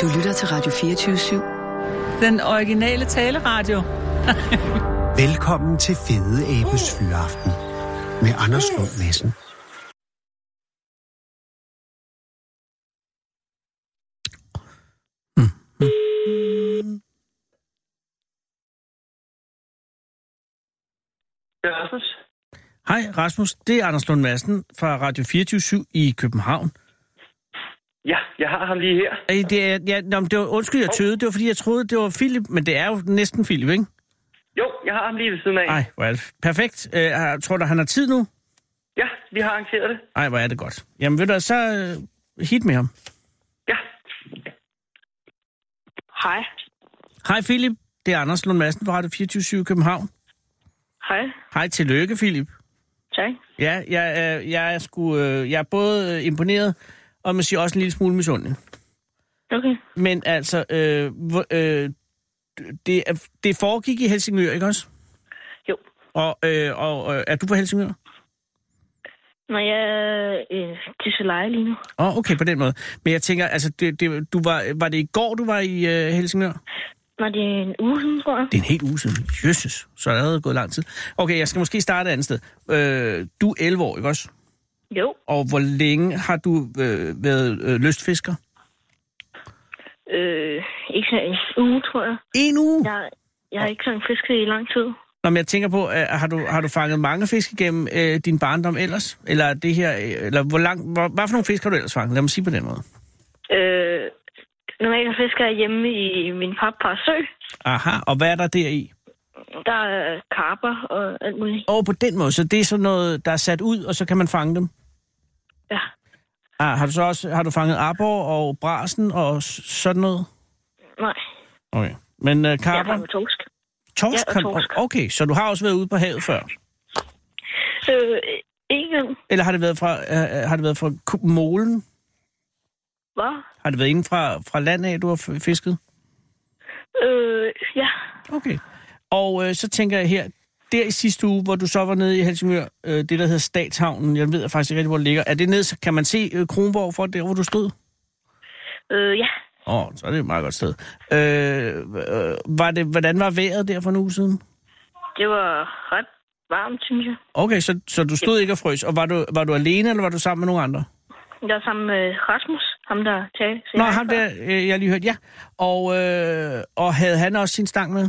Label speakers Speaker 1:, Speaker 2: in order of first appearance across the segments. Speaker 1: Du lytter til Radio 24
Speaker 2: Den originale taleradio.
Speaker 3: Velkommen til Fede Abes Fyraften med Anders Lund Madsen.
Speaker 4: Rasmus?
Speaker 5: Hej Rasmus, det er Anders Lund Madsen fra Radio 24 i København.
Speaker 4: Ja, jeg har ham lige her.
Speaker 5: Ej, det er, ja, nå, men det var, undskyld, jeg tøvede. Det var, fordi jeg troede, det var Philip, men det er jo næsten Philip, ikke?
Speaker 4: Jo, jeg har ham lige ved siden af.
Speaker 5: Nej, hvor er det perfekt. Øh, jeg tror du, han har tid nu?
Speaker 4: Ja, vi har arrangeret det.
Speaker 5: Nej, hvor er det godt. Jamen ved du, hvad, så øh, hit med ham.
Speaker 4: Ja.
Speaker 6: Hej.
Speaker 5: Hej Philip, det er Anders Lund Madsen fra Radio 24 i København.
Speaker 6: Hej.
Speaker 5: Hej, tillykke Philip.
Speaker 6: Tak.
Speaker 5: Ja, jeg, øh, jeg, er sgu, øh, jeg er både øh, imponeret og man siger også en lille smule misundelig.
Speaker 6: Okay.
Speaker 5: Men altså, øh, hvor- øh, det, er- det foregik i Helsingør, ikke også?
Speaker 6: Jo.
Speaker 5: Og, øh, og øh, er du på Helsingør?
Speaker 6: Når jeg er øh, til Seleje lige nu.
Speaker 5: Åh, oh, okay, på den måde. Men jeg tænker, altså, det, det, du var, var det i går, du var i øh, Helsingør?
Speaker 6: Når det er en uge siden, tror jeg.
Speaker 5: Det er en helt uge siden. Jesus, så er der allerede gået lang tid. Okay, jeg skal måske starte et andet sted. Øh, du er 11 år, ikke også?
Speaker 6: Jo.
Speaker 5: Og hvor længe har du øh, været øh, lystfisker?
Speaker 6: Øh, ikke sådan en uge, tror jeg.
Speaker 5: En uge!
Speaker 6: Jeg, jeg har ikke sådan fisket i lang tid.
Speaker 5: Nå, men jeg tænker på, øh, har, du, har du fanget mange fisk igennem øh, din barndom ellers? Eller er det her, øh, eller hvor lang, hvor, hvad for nogle fisk har du ellers fanget? Lad mig sige på den måde.
Speaker 6: Øh, normalt fisker jeg hjemme i min pappas sø.
Speaker 5: Aha, og hvad er der deri?
Speaker 6: Der er karper og alt muligt.
Speaker 5: Og på den måde, så det er sådan noget, der er sat ud, og så kan man fange dem?
Speaker 6: Ja.
Speaker 5: Ah, har du så også har du fanget abor og brasen og s- sådan noget?
Speaker 6: Nej,
Speaker 5: Okay. Men uh,
Speaker 6: jeg
Speaker 5: karper?
Speaker 6: har torsk.
Speaker 5: Torsk?
Speaker 6: ja, og
Speaker 5: kan-
Speaker 6: torsk.
Speaker 5: Okay, så du har også været ude på havet før?
Speaker 6: Øh, ikke gang.
Speaker 5: Eller har det været fra, uh, har det været fra ku- målen?
Speaker 6: Hvad?
Speaker 5: Har det været inden fra, fra land af, du har f- fisket?
Speaker 6: Øh, ja.
Speaker 5: Okay. Og øh, så tænker jeg her, der i sidste uge, hvor du så var nede i Helsingør, øh, det der hedder Statshavnen, jeg ved faktisk ikke rigtig, hvor det ligger. Er det nede, så kan man se øh, Kronborg fra der, hvor du stod?
Speaker 6: Øh, ja.
Speaker 5: Åh, oh, så er det et meget godt sted. Øh, øh, var det, hvordan var vejret der for en uge siden?
Speaker 6: Det var ret varmt, synes jeg.
Speaker 5: Okay, så, så du stod ikke og frøs, og var du, var du alene, eller var du sammen med nogle andre?
Speaker 6: Jeg er sammen med Rasmus, ham der talte.
Speaker 5: Nå, ham der, øh, jeg lige hørte, ja. Og, øh, og havde han også sin stang med?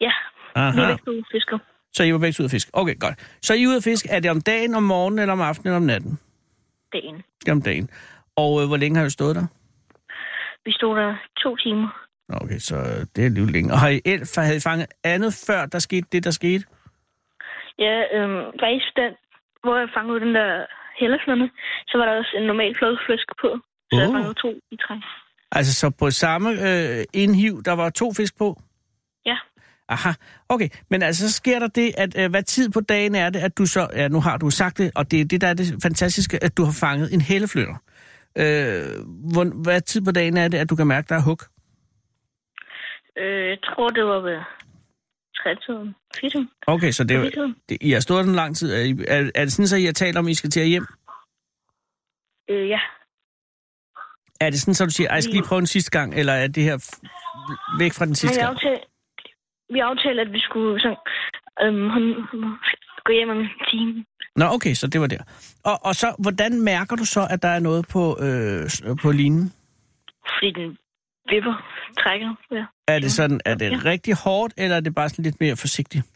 Speaker 6: Ja, vi er
Speaker 5: Aha.
Speaker 6: ikke blevet fisker.
Speaker 5: Så I var begge ude at fiske. Okay, godt. Så I er ude at fiske, er det om dagen, om morgenen, eller om aftenen, eller om natten?
Speaker 6: dagen.
Speaker 5: Det er om dagen. Og øh, hvor længe har du stået der?
Speaker 6: Vi stod der to timer.
Speaker 5: Nå, Okay, så øh, det er alligevel længe. Og har I el, havde I fanget andet før, der skete det, der skete?
Speaker 6: Ja, øhm, faktisk den, hvor jeg fangede den der helleflamme, så var der også en normal flodflæsk på. Så jeg
Speaker 5: Uh.
Speaker 6: fangede to i træk.
Speaker 5: Altså, så på samme øh, indhiv, der var to fisk på?
Speaker 6: Ja.
Speaker 5: Aha, okay. Men altså, så sker der det, at øh, hvad tid på dagen er det, at du så... Ja, nu har du sagt det, og det er det, der er det fantastiske, at du har fanget en helleflytter. Øh, hvor, hvad tid på dagen er det, at du kan mærke, der er hug?
Speaker 6: Øh, jeg tror, det var ved trætiden. Fittum.
Speaker 5: Okay, så det, er jo-
Speaker 6: Fittum.
Speaker 5: det, I har stået den lang tid. Er, I- er, er det sådan, så I har talt om, at I skal til at hjem?
Speaker 6: Øh, ja.
Speaker 5: Er det sådan, så du siger, "Ej, jeg skal lige prøve den sidste gang, eller er det her f- væk fra den
Speaker 6: Men
Speaker 5: sidste
Speaker 6: vi
Speaker 5: gang?
Speaker 6: aftalte, vi aftalte, at vi skulle sådan, øhm, hun- hun- gå hjem om en time.
Speaker 5: Nå, okay, så det var der. Og, og så, hvordan mærker du så, at der er noget på, øh, s- på linen?
Speaker 6: Fordi den vipper, trækker. Ja.
Speaker 5: Er det sådan, er det
Speaker 6: Ja.
Speaker 5: rigtig hårdt, eller er det bare sådan lidt mere forsigtigt?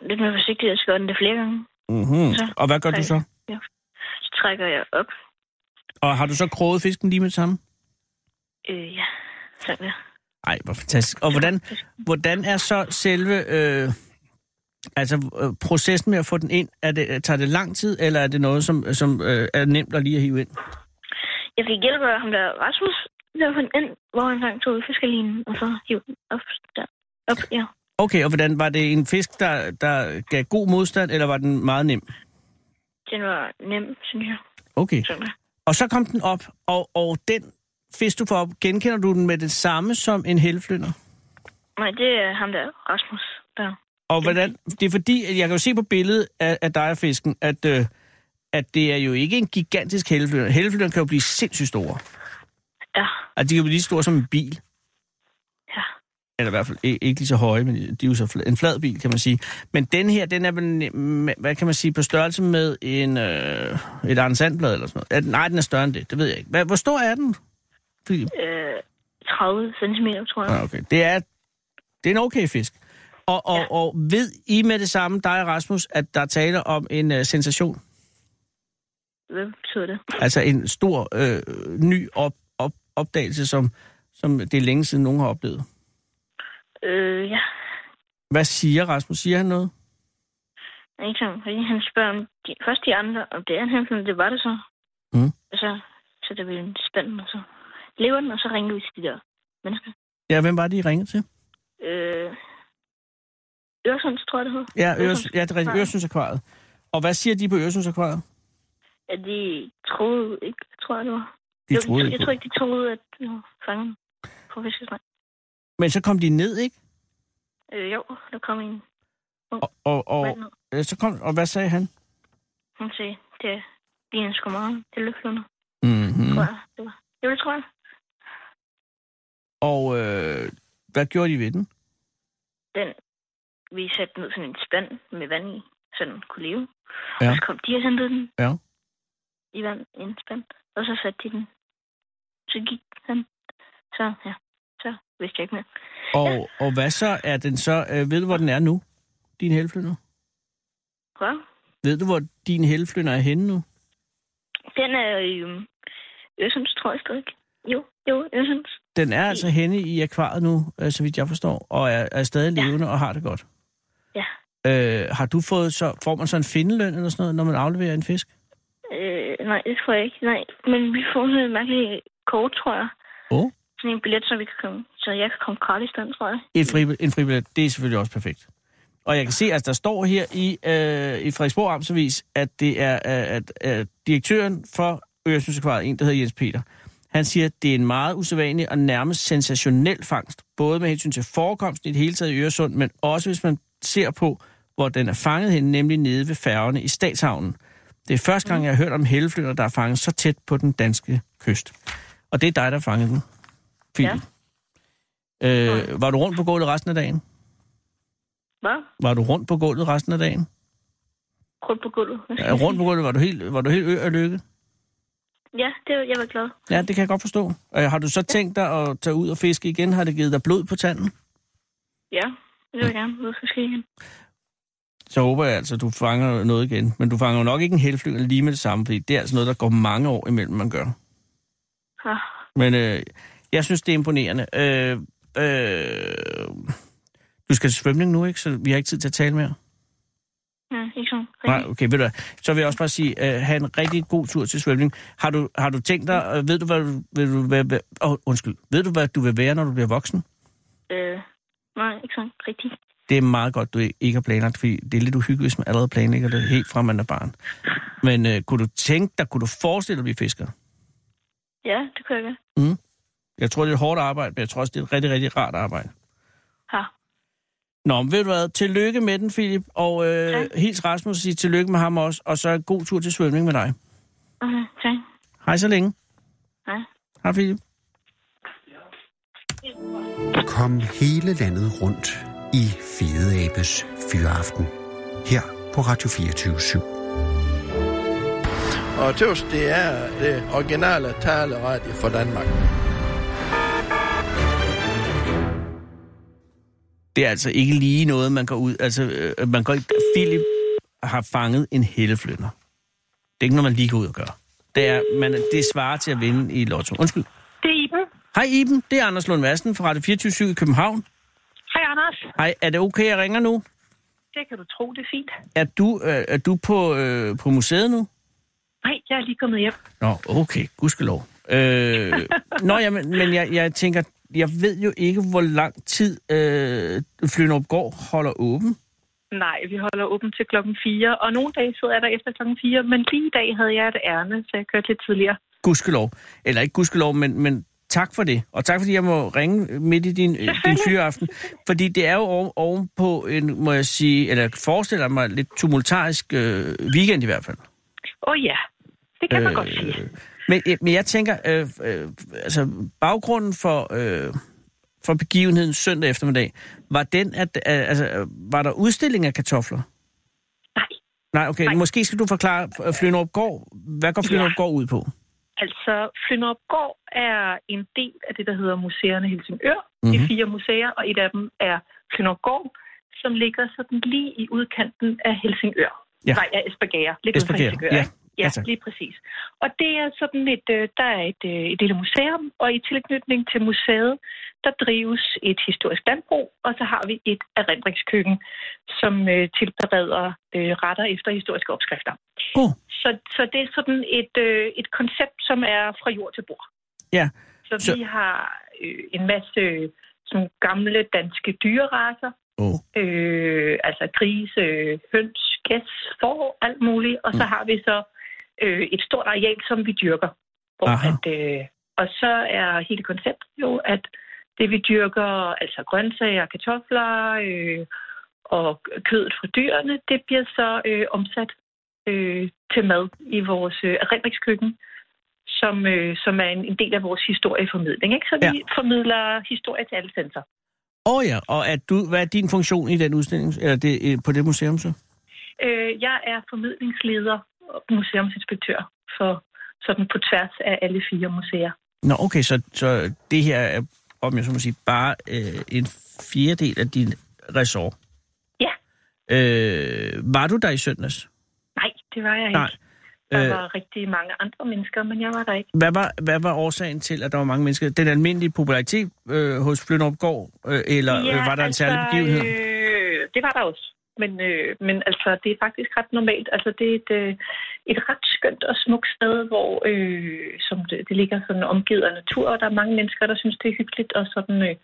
Speaker 6: Lidt mere forsigtigt, jeg skal gøre den det flere gange.
Speaker 5: Mm-hmm.
Speaker 6: Ja.
Speaker 5: Og hvad gør du så?
Speaker 6: Så trækker jeg op.
Speaker 5: Og har du så kroget fisken lige med det samme?
Speaker 6: Øh, ja. Sådan der.
Speaker 5: Ej, hvor fantastisk. Og hvordan, hvordan er så selve øh, altså, øh, processen med at få den ind? Er det, tager det lang tid, eller er det noget, som, som øh, er nemt at lige at hive ind?
Speaker 6: Jeg fik hjælp af ham der Rasmus, der fandt ind, hvor han engang tog fiskerlinen, og så hiv den op der. Op, ja.
Speaker 5: Okay, og hvordan var det en fisk, der, der gav god modstand, eller var den meget nem?
Speaker 6: Den var nem, synes jeg.
Speaker 5: Okay.
Speaker 6: Sådan der.
Speaker 5: Og så kom den op, og, og den fisk, du får op, genkender du den med det samme som en helflynder?
Speaker 6: Nej, det er ham der Rasmus, der.
Speaker 5: Og hvordan, det er fordi, at jeg kan jo se på billedet af, af dig og fisken, at, øh, at det er jo ikke en gigantisk helflynder. Helflynderen kan jo blive sindssygt store.
Speaker 6: Ja.
Speaker 5: Altså, de kan blive lige så store som en bil.
Speaker 6: Ja.
Speaker 5: Eller i hvert fald i- ikke lige så høje, men de er jo så fl- en flad bil, kan man sige. Men den her, den er vel, mm, hvad kan man sige, på størrelse med en, øh, et Arne Sandblad eller sådan noget. Er den- Nej, den er større end det, det ved jeg ikke. Hvad, hvor stor er den? Philip?
Speaker 6: Øh, 30 cm, tror jeg.
Speaker 5: Ah, okay. Det er, det er en okay fisk. Og, og, ja.
Speaker 6: Ja.
Speaker 5: og ved I med det samme, dig og Rasmus, at der taler om en uh, sensation?
Speaker 6: Hvad betyder det?
Speaker 5: Altså en stor, øh, ny op, op, opdagelse, som, som det er længe siden nogen har oplevet.
Speaker 6: Øh, ja.
Speaker 5: Hvad siger Rasmus? Siger han noget?
Speaker 6: Ikke sådan, fordi han spørger om de, først de andre, om det er en hemmelighed, det var det så.
Speaker 5: Mm.
Speaker 6: Og så, så det blev en spændende, og så lever den, og så ringer vi til de der mennesker.
Speaker 5: Ja, hvem var det, I ringede til?
Speaker 6: Øh, Øresunds, tror jeg, det hedder.
Speaker 5: Ja, Øres,
Speaker 6: Øresunds-
Speaker 5: ja det er rigtigt.
Speaker 6: Akvariet.
Speaker 5: Øresundsakvariet. Og hvad siger de på Øresundsakvariet?
Speaker 6: At de troede ikke, tror jeg, det var.
Speaker 5: De
Speaker 6: Jo,
Speaker 5: troede
Speaker 6: jeg, jeg
Speaker 5: ikke
Speaker 6: tror
Speaker 5: på det.
Speaker 6: ikke, de troede, at vi var fanget på fiskestræk.
Speaker 5: Men så kom de ned, ikke?
Speaker 6: Øh, jo, der kom en
Speaker 5: Og, og, og,
Speaker 6: mand ned.
Speaker 5: øh, så kom, og hvad sagde han?
Speaker 6: Hun sagde, det ligner sgu meget. Det er lygtlunder,
Speaker 5: Mm-hmm.
Speaker 6: tror jeg. Det var. Jo, det tror jeg.
Speaker 5: Og øh, hvad gjorde de ved den?
Speaker 6: Den, vi satte den ud sådan en spand med vand i, så den kunne leve.
Speaker 5: Ja.
Speaker 6: Ja. Og så kom de og hentede den
Speaker 5: Ja.
Speaker 6: i vand i en spand. Og så satte de den. Så gik han. Så, ja. Så vidste jeg ikke mere.
Speaker 5: Og, og hvad så er den så? Øh, ved du, hvor den er nu? Din helflynder?
Speaker 6: Prøv.
Speaker 5: Ved du, hvor din helflynder er henne nu?
Speaker 6: Den er i øhm, Øresunds, tror jeg stadig. Jo, jo, Øresunds.
Speaker 5: Den er altså henne i akvariet nu, øh, så vidt jeg forstår, og er, er stadig
Speaker 6: Ja.
Speaker 5: levende og har det godt.
Speaker 6: Ja.
Speaker 5: Øh, har du fået så, får man så en findeløn eller sådan noget, når man afleverer en fisk?
Speaker 6: Øh, nej, det tror jeg ikke. Nej, men vi får sådan et mærkeligt kort, tror jeg.
Speaker 5: Åh.
Speaker 6: Sådan en billet, så vi kan komme, så jeg kan komme gratis den, tror jeg.
Speaker 5: En, fri, en fribillet, det er selvfølgelig også perfekt. Og jeg kan se, at der står her i, øh, i Frederiksborg Amtsavis, at det er øh, at, øh, direktøren for Øresundsakvariet, en der hedder Jens Peter, han siger, at det er en meget usædvanlig og nærmest sensationel fangst, både med hensyn til forekomsten i det hele taget i Øresund, men også hvis man ser på, hvor den er fanget hen, nemlig nede ved færgerne i Statshavnen. Det er første gang, jeg har hørt om helleflynder, der er fanget så tæt på den danske kyst. Og det er dig, der fangede den. Philip. Ja. Øh, var du rundt på gulvet resten af dagen?
Speaker 6: Hvad?
Speaker 5: Var du rundt på gulvet resten af dagen?
Speaker 6: Rundt på gulvet. Hvad skal
Speaker 5: Ja,
Speaker 6: jeg
Speaker 5: rundt
Speaker 6: sige?
Speaker 5: på gulvet, var du helt, var du helt ø af lykke?
Speaker 6: Ja, det, var- jeg var glad.
Speaker 5: Ja, det kan jeg godt forstå. Øh, har du så tænkt dig at tage ud og fiske igen? Har det givet dig blod på tanden?
Speaker 6: Ja, det vil jeg gerne ud og ske igen.
Speaker 5: Så håber jeg altså, at du fanger noget igen. Men du fanger jo nok ikke en helflyvende lige med det samme, fordi det er altså noget, der går mange år imellem, man gør.
Speaker 6: Ah,
Speaker 5: Men øh, jeg synes, det er imponerende. Øh, øh, du skal til svømning nu, ikke? Så vi har ikke tid til at tale mere.
Speaker 6: nej, ikke sådan.
Speaker 5: Nej, okay, ved du hvad. Så vil jeg også bare sige, øh, have en rigtig god tur til svømning. Har du, har du tænkt dig, øh, ved du, hvad du, vil du hvad, hvad, oh, undskyld, ved du, hvad du vil være, når du bliver voksen?
Speaker 6: Øh, nej, ikke sådan rigtigt.
Speaker 5: Det er meget godt, du ikke har planlagt, fordi det er lidt uhyggeligt, hvis man allerede planlægger det helt fra, man er barn. Men øh, kunne du tænke dig, kunne du forestille dig at blive fisker?
Speaker 6: Ja, det kunne jeg godt.
Speaker 5: Jeg tror, det er et hårdt arbejde, men jeg tror også, det er et rigtig, rigtig rart arbejde.
Speaker 6: Ja.
Speaker 5: Nå, men ved du hvad, tillykke med den, Philip, og øh,
Speaker 6: Tak.
Speaker 5: hils Rasmus og sige tillykke med ham også, og så god tur til svømning med dig.
Speaker 6: Okay, tak.
Speaker 5: Hej så længe.
Speaker 6: Hej.
Speaker 5: Hej, Philip.
Speaker 3: Kom hele landet rundt i Fede Abes Fyraften. Her på Radio 24 /7.
Speaker 7: Og tøs, det er det originale taleradio for Danmark.
Speaker 5: Det er altså ikke lige noget, man går ud... Altså, øh, man går ikke... Philip har fanget en helleflynder. Det er ikke noget, man lige går ud og gør. Det, er, man, det svarer til at vinde i lotto. Undskyld.
Speaker 8: Det er Iben.
Speaker 5: Hej Iben, det er Anders Lund Madsen fra Radio 24 i København.
Speaker 8: Hej Anders.
Speaker 5: Hej, er det okay, jeg ringer nu?
Speaker 8: Det kan du tro, det er fint.
Speaker 5: Er du, øh, er du på, øh, på museet nu?
Speaker 8: Nej, jeg er lige kommet hjem.
Speaker 5: Nå, okay, gudskelov. Øh, nå, jamen, men jeg, jeg tænker, jeg ved jo ikke, hvor lang tid øh, Flynup Gård holder åben.
Speaker 8: Nej, vi holder åbent til klokken 4, og nogle dage sidder jeg der efter klokken 4, men lige i dag havde jeg et ærne, så jeg kørte lidt tidligere.
Speaker 5: Gudskelov. Eller ikke gudskelov, men, men tak for det. Og tak, fordi jeg må ringe midt i din, øh, din fyreaften. Fordi det er jo oven, oven på en, må jeg sige, eller jeg forestiller mig, lidt tumultarisk øh, weekend i hvert fald.
Speaker 8: Åh oh, ja, det kan man
Speaker 5: Øh,
Speaker 8: godt sige.
Speaker 5: Men, øh, men jeg tænker, øh, øh, altså baggrunden for, øh, for begivenheden søndag eftermiddag, var den, at øh, altså, øh, var der udstilling af kartofler?
Speaker 8: Nej,
Speaker 5: Nej, okay. Nej.
Speaker 8: Nej.
Speaker 5: Måske skal du forklare øh, Flynderup Gård. Hvad går Flynderup ja. Gård ud på?
Speaker 8: altså Flynderup Gård er en del af det, der hedder Museerne Helsingør. Mm-hmm. De
Speaker 5: Mhm.
Speaker 8: fire museer, og et af dem er Flynderup Gård, som ligger sådan lige i udkanten af Helsingør.
Speaker 5: Ja.
Speaker 8: Nej, af Esbjerg. Lidt uden for
Speaker 5: Espergærde,
Speaker 8: Helsingør,
Speaker 5: ja.
Speaker 8: ikke? Ja,
Speaker 5: Ja,
Speaker 8: ja
Speaker 5: tak.
Speaker 8: lige præcis. Og det er sådan et, øh, der er et, øh, et lille museum, og i tilknytning til museet, der drives et historisk landbrug, og så har vi et erindringskøkken, som øh, tilbereder øh, retter efter historiske opskrifter.
Speaker 5: Oh.
Speaker 8: Så, så det er sådan et, øh, et koncept, som er fra jord til bord.
Speaker 5: Ja.
Speaker 8: Så,
Speaker 5: Så-
Speaker 8: så... vi har øh, en masse øh, sådan gamle danske dyreraser,
Speaker 5: Oh.
Speaker 8: øh, altså grise, øh, høns, gæs, får, alt muligt. Og
Speaker 5: Mm.
Speaker 8: så har vi så øh, et stort areal, som vi dyrker. Hvor
Speaker 5: Aha.
Speaker 8: at, øh, og så er hele konceptet jo, at det vi dyrker, altså grøntsager, kartofler øh, og kødet fra dyrene, det bliver så øh, omsat øh, til mad i vores øh, erindringskøkken, som, øh, som er en, en del af vores historieformidling. Ikke? Så vi ja. formidler historie til alle sensorer.
Speaker 5: Åh oh, ja, og at du, hvad er din funktion i den udstilling, eller det, øh, på det museum så?
Speaker 8: Øh, jeg er formidlingsleder og museumsinspektør for sådan på tværs af alle fire museer.
Speaker 5: Nå okay, så, så det her er, om jeg så må sige, bare øh, en fjerdedel af din ressort.
Speaker 8: Ja.
Speaker 5: Øh, var du der i søndags?
Speaker 8: Nej, det var jeg
Speaker 5: Nej.
Speaker 8: ikke. Der
Speaker 5: Øh.
Speaker 8: var rigtig mange andre mennesker, men jeg var der ikke.
Speaker 5: Hvad var, hvad var årsagen til, at der var mange mennesker? Den almindelige popularitet øh, hos Flynderup Gård, øh, eller ja, øh, var der altså, en særlig begivenhed? Øh...
Speaker 8: Øh, det var der også. Men, øh, men altså, det er faktisk ret normalt. Altså, det er et, øh, et ret skønt og smukt sted, hvor øh, som det, det ligger sådan omgivet af natur, og der er mange mennesker, der synes, det er hyggeligt at sådan, øh,